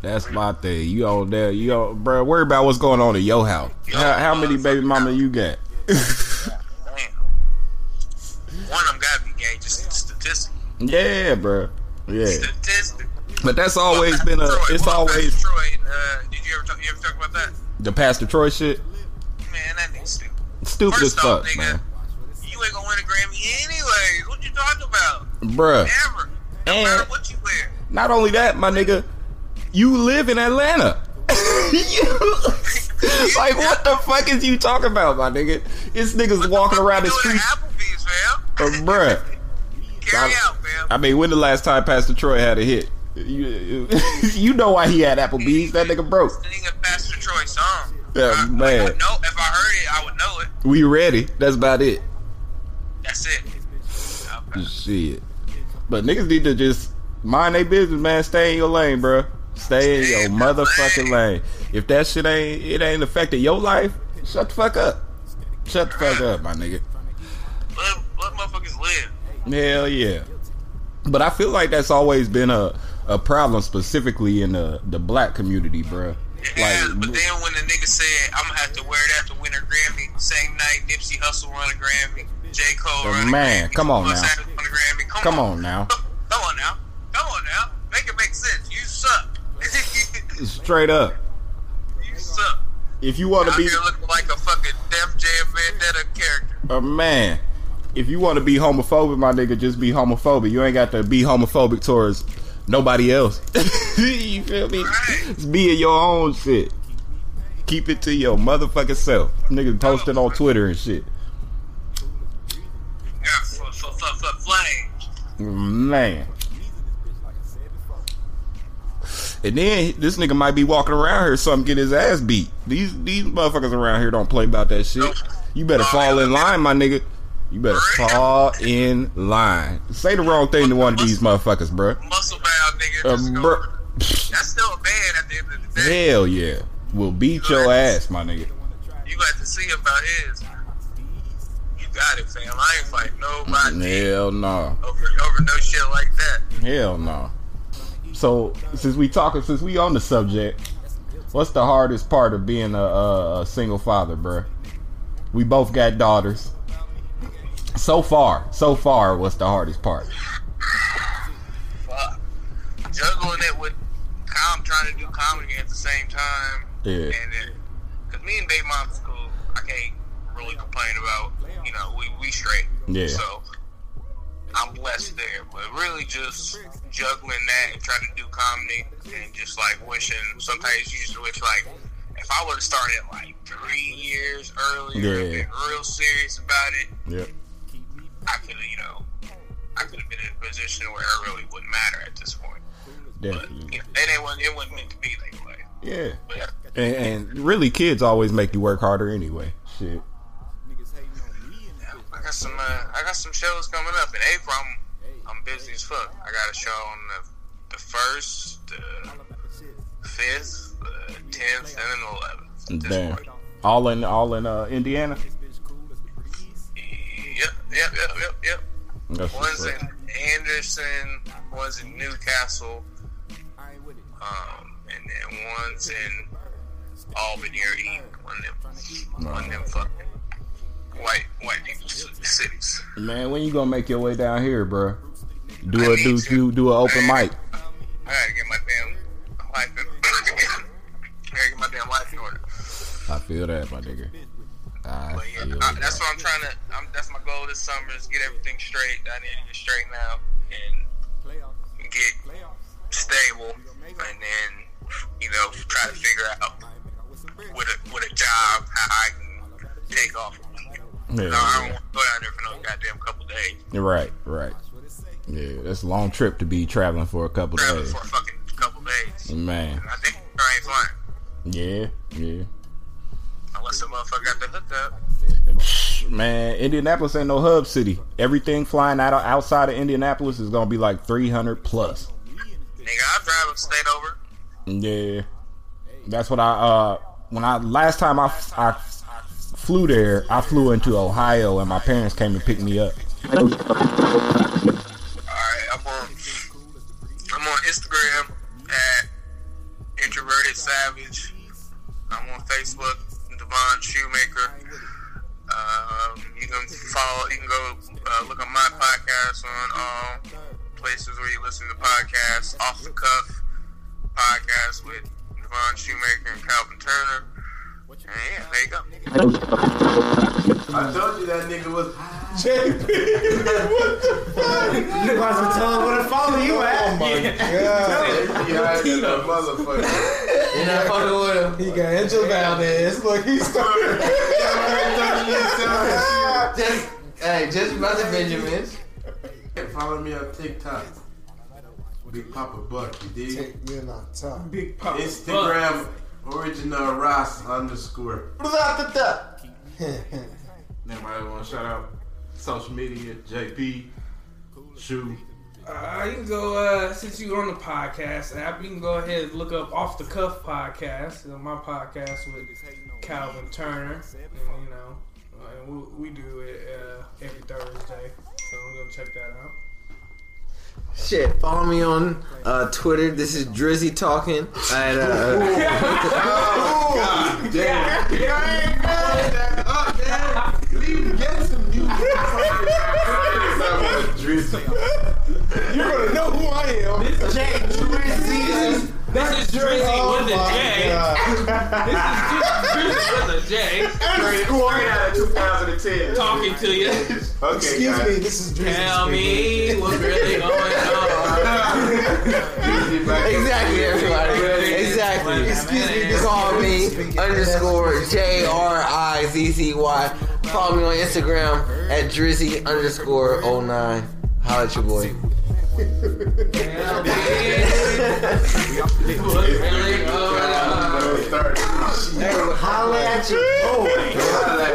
That's my thing. You all there? You all, bro? Worry about what's going on in your house. How, how many baby mama you got? Yeah, bro. Yeah. [laughs] But that's always been a. It's always Troy, uh, did you ever talk, you ever talk about that? the Pastor Troy shit. Man, that nigga's stupid. Stupid as First off, fuck, nigga, man. You ain't gonna win a Grammy anyways. What you talking about? Bruh. Never. No matter what you wear. Not only that, my nigga, you live in Atlanta. [laughs] like, what the fuck is you talking about, my nigga? It's niggas walking around the street. Applebee's, bruh. I, I mean, when the last time Pastor Troy had a hit? You, [laughs] you know why he had Applebee's? That nigga broke. Pastor Troy song. Yeah, man. No, if I heard it, I would know it. We ready. That's about it. That's it. Shit. But niggas need to just mind their business, man. Stay in your lane, bruh. Stay in your motherfucking lane. If that shit ain't it ain't affecting your life, shut the fuck up. Shut the fuck up, my nigga. Let motherfuckers live. Hell yeah. But I feel like that's always been a, a problem specifically in the, the black community, bruh. Yeah, but then when the nigga said I'm gonna have to wear that to win a Grammy, same night Nipsey Hussle won a Grammy, J Cole won a Man, Grammy, come on Lil now. Xan won a Grammy. Come, Come on. on now. come on now, come on now, make it make sense. You suck, [laughs] Straight up. you suck. If you wanna Out be here looking like a fucking Def Jam Vendetta character. a man, if you wanna be homophobic, my nigga, just be homophobic. You ain't got to be homophobic towards nobody else. [laughs] you feel me? Just be in your own shit. Keep it to your motherfucking self. Nigga posted on Twitter and shit. Man. And then this nigga might be walking around here something get his ass beat. These these motherfuckers around here don't play about that shit. You better fall in line, my nigga. You better fall in line. Say the wrong thing to one of these motherfuckers, bruh. Muscle bound nigga. Uh, bruh. That's still a man at the end of the day. Hell yeah. Will beat your ass, my nigga. You got to see him about his. You got it, fam. I ain't fighting nobody Hell no. over, over no shit like that. Hell no. So since we talking, since we on the subject, what's the hardest part of being a, a, a single father, bruh? We both got daughters. So far, so far, what's the hardest part? Fuck. Juggling it with com trying to do comedy at the same time. Yeah. And then, cause me and Babe Mom's cool. I can't really complain about. You know, we we straight. Yeah. So I'm blessed there, but really just juggling that and trying to do comedy and just like wishing. Sometimes you just wish like if I would have started like three years earlier, Yeah. been real serious about it, Yep. I could have you know I could have been in a position where it really wouldn't matter at this point. Definitely. You know, and it wasn't it wasn't meant to be that way. Yeah. And, and really, kids always make you work harder anyway. Shit. I got some uh, I got some shows coming up in April. I'm I'm busy as fuck. I got a show on the the first, the fifth, the tenth, and the eleventh. Damn. All in, all in uh, Indiana. Yep, yep, yep, yep, yep. That's one's what's in Anderson, one's in Newcastle, um, and then one's in Albany or Eaton. One of them, one of them fucking white white people cities. Man, when you gonna make your way down here, bruh? Do a do you do a open mic? I gotta get my damn life in [coughs] I gotta get my damn life in order. I feel that, my nigga. I feel I, that's what I'm trying to. I'm, that's my goal this summer is get everything straight. I need to get straightened out and get stable, and then you know try to figure out with a with a job how I can take off. Yeah, No, I don't want to go down there for no goddamn couple days. Right, right. Yeah, that's a long trip to be traveling for a couple Traveling days. for a fucking couple days. Man. I think I ain't flying Yeah, yeah. unless the motherfucker got the hookup. Man, Indianapolis ain't no hub city. Everything flying out outside of Indianapolis is gonna be like three hundred plus. Nigga, I drive upstate over. Yeah, that's what I uh when I last time I I flew there, I flew into Ohio and my parents came to pick me up. I'm on Instagram at Introverted Savage. I'm on Facebook, Devon Shoemaker. Um, you can follow, you can go uh, look at my podcast on all places where you listen to podcasts, off the cuff podcast with Devon Shoemaker and Calvin Turner. And yeah, there you go. I told you that nigga was [laughs] JP. what the fuck? You might as well tell him where to follow you at. Oh my god. He hired that motherfucker. You're not fucking with He got Angel Valdez. Look, he started. Just, hey, just brother Benjamins. Follow me on TikTok. Big Papa Buck, you dig? Take me on top. Big Papa Instagram original Ross underscore. [laughs] Anybody want to shout out social media? JP, Shoe. Uh, you can go uh, since you're on the podcast app. You can go ahead and look up off the cuff podcast, uh, my podcast with Calvin Turner, and you know, uh, we, we do it uh, every Thursday. So I'm gonna check that out. Shit, follow me on uh, Twitter. This is Drizzy talking. At, uh, God damn. Leave get some music. You're gonna know who I am. This is Drizzy with a oh Oh J. This is just Drizzy with a J. out of 2010. Talking to you. Okay, Excuse guys. me, this is Drizzy. Tell me what's really going on. exactly, everybody. Exactly. Excuse me, this Call me underscore J R I Z Z Y. Follow me on Instagram at Drizzy underscore 09. Holla at your boy. Tell me [laughs] what's really going on. Holla at you. Oh,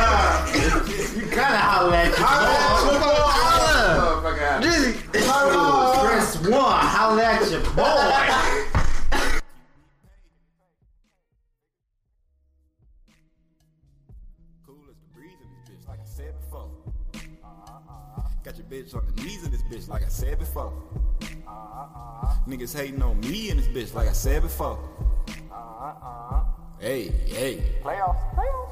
[laughs] [laughs] [laughs] Press one. Holla at your boy. Cool as the breeze in this bitch, like I said before. Uh-huh. Got your bitch on the knees in this bitch, like I said before. Niggas hating on me in this bitch, like I said before. Hey, hey. Playoffs.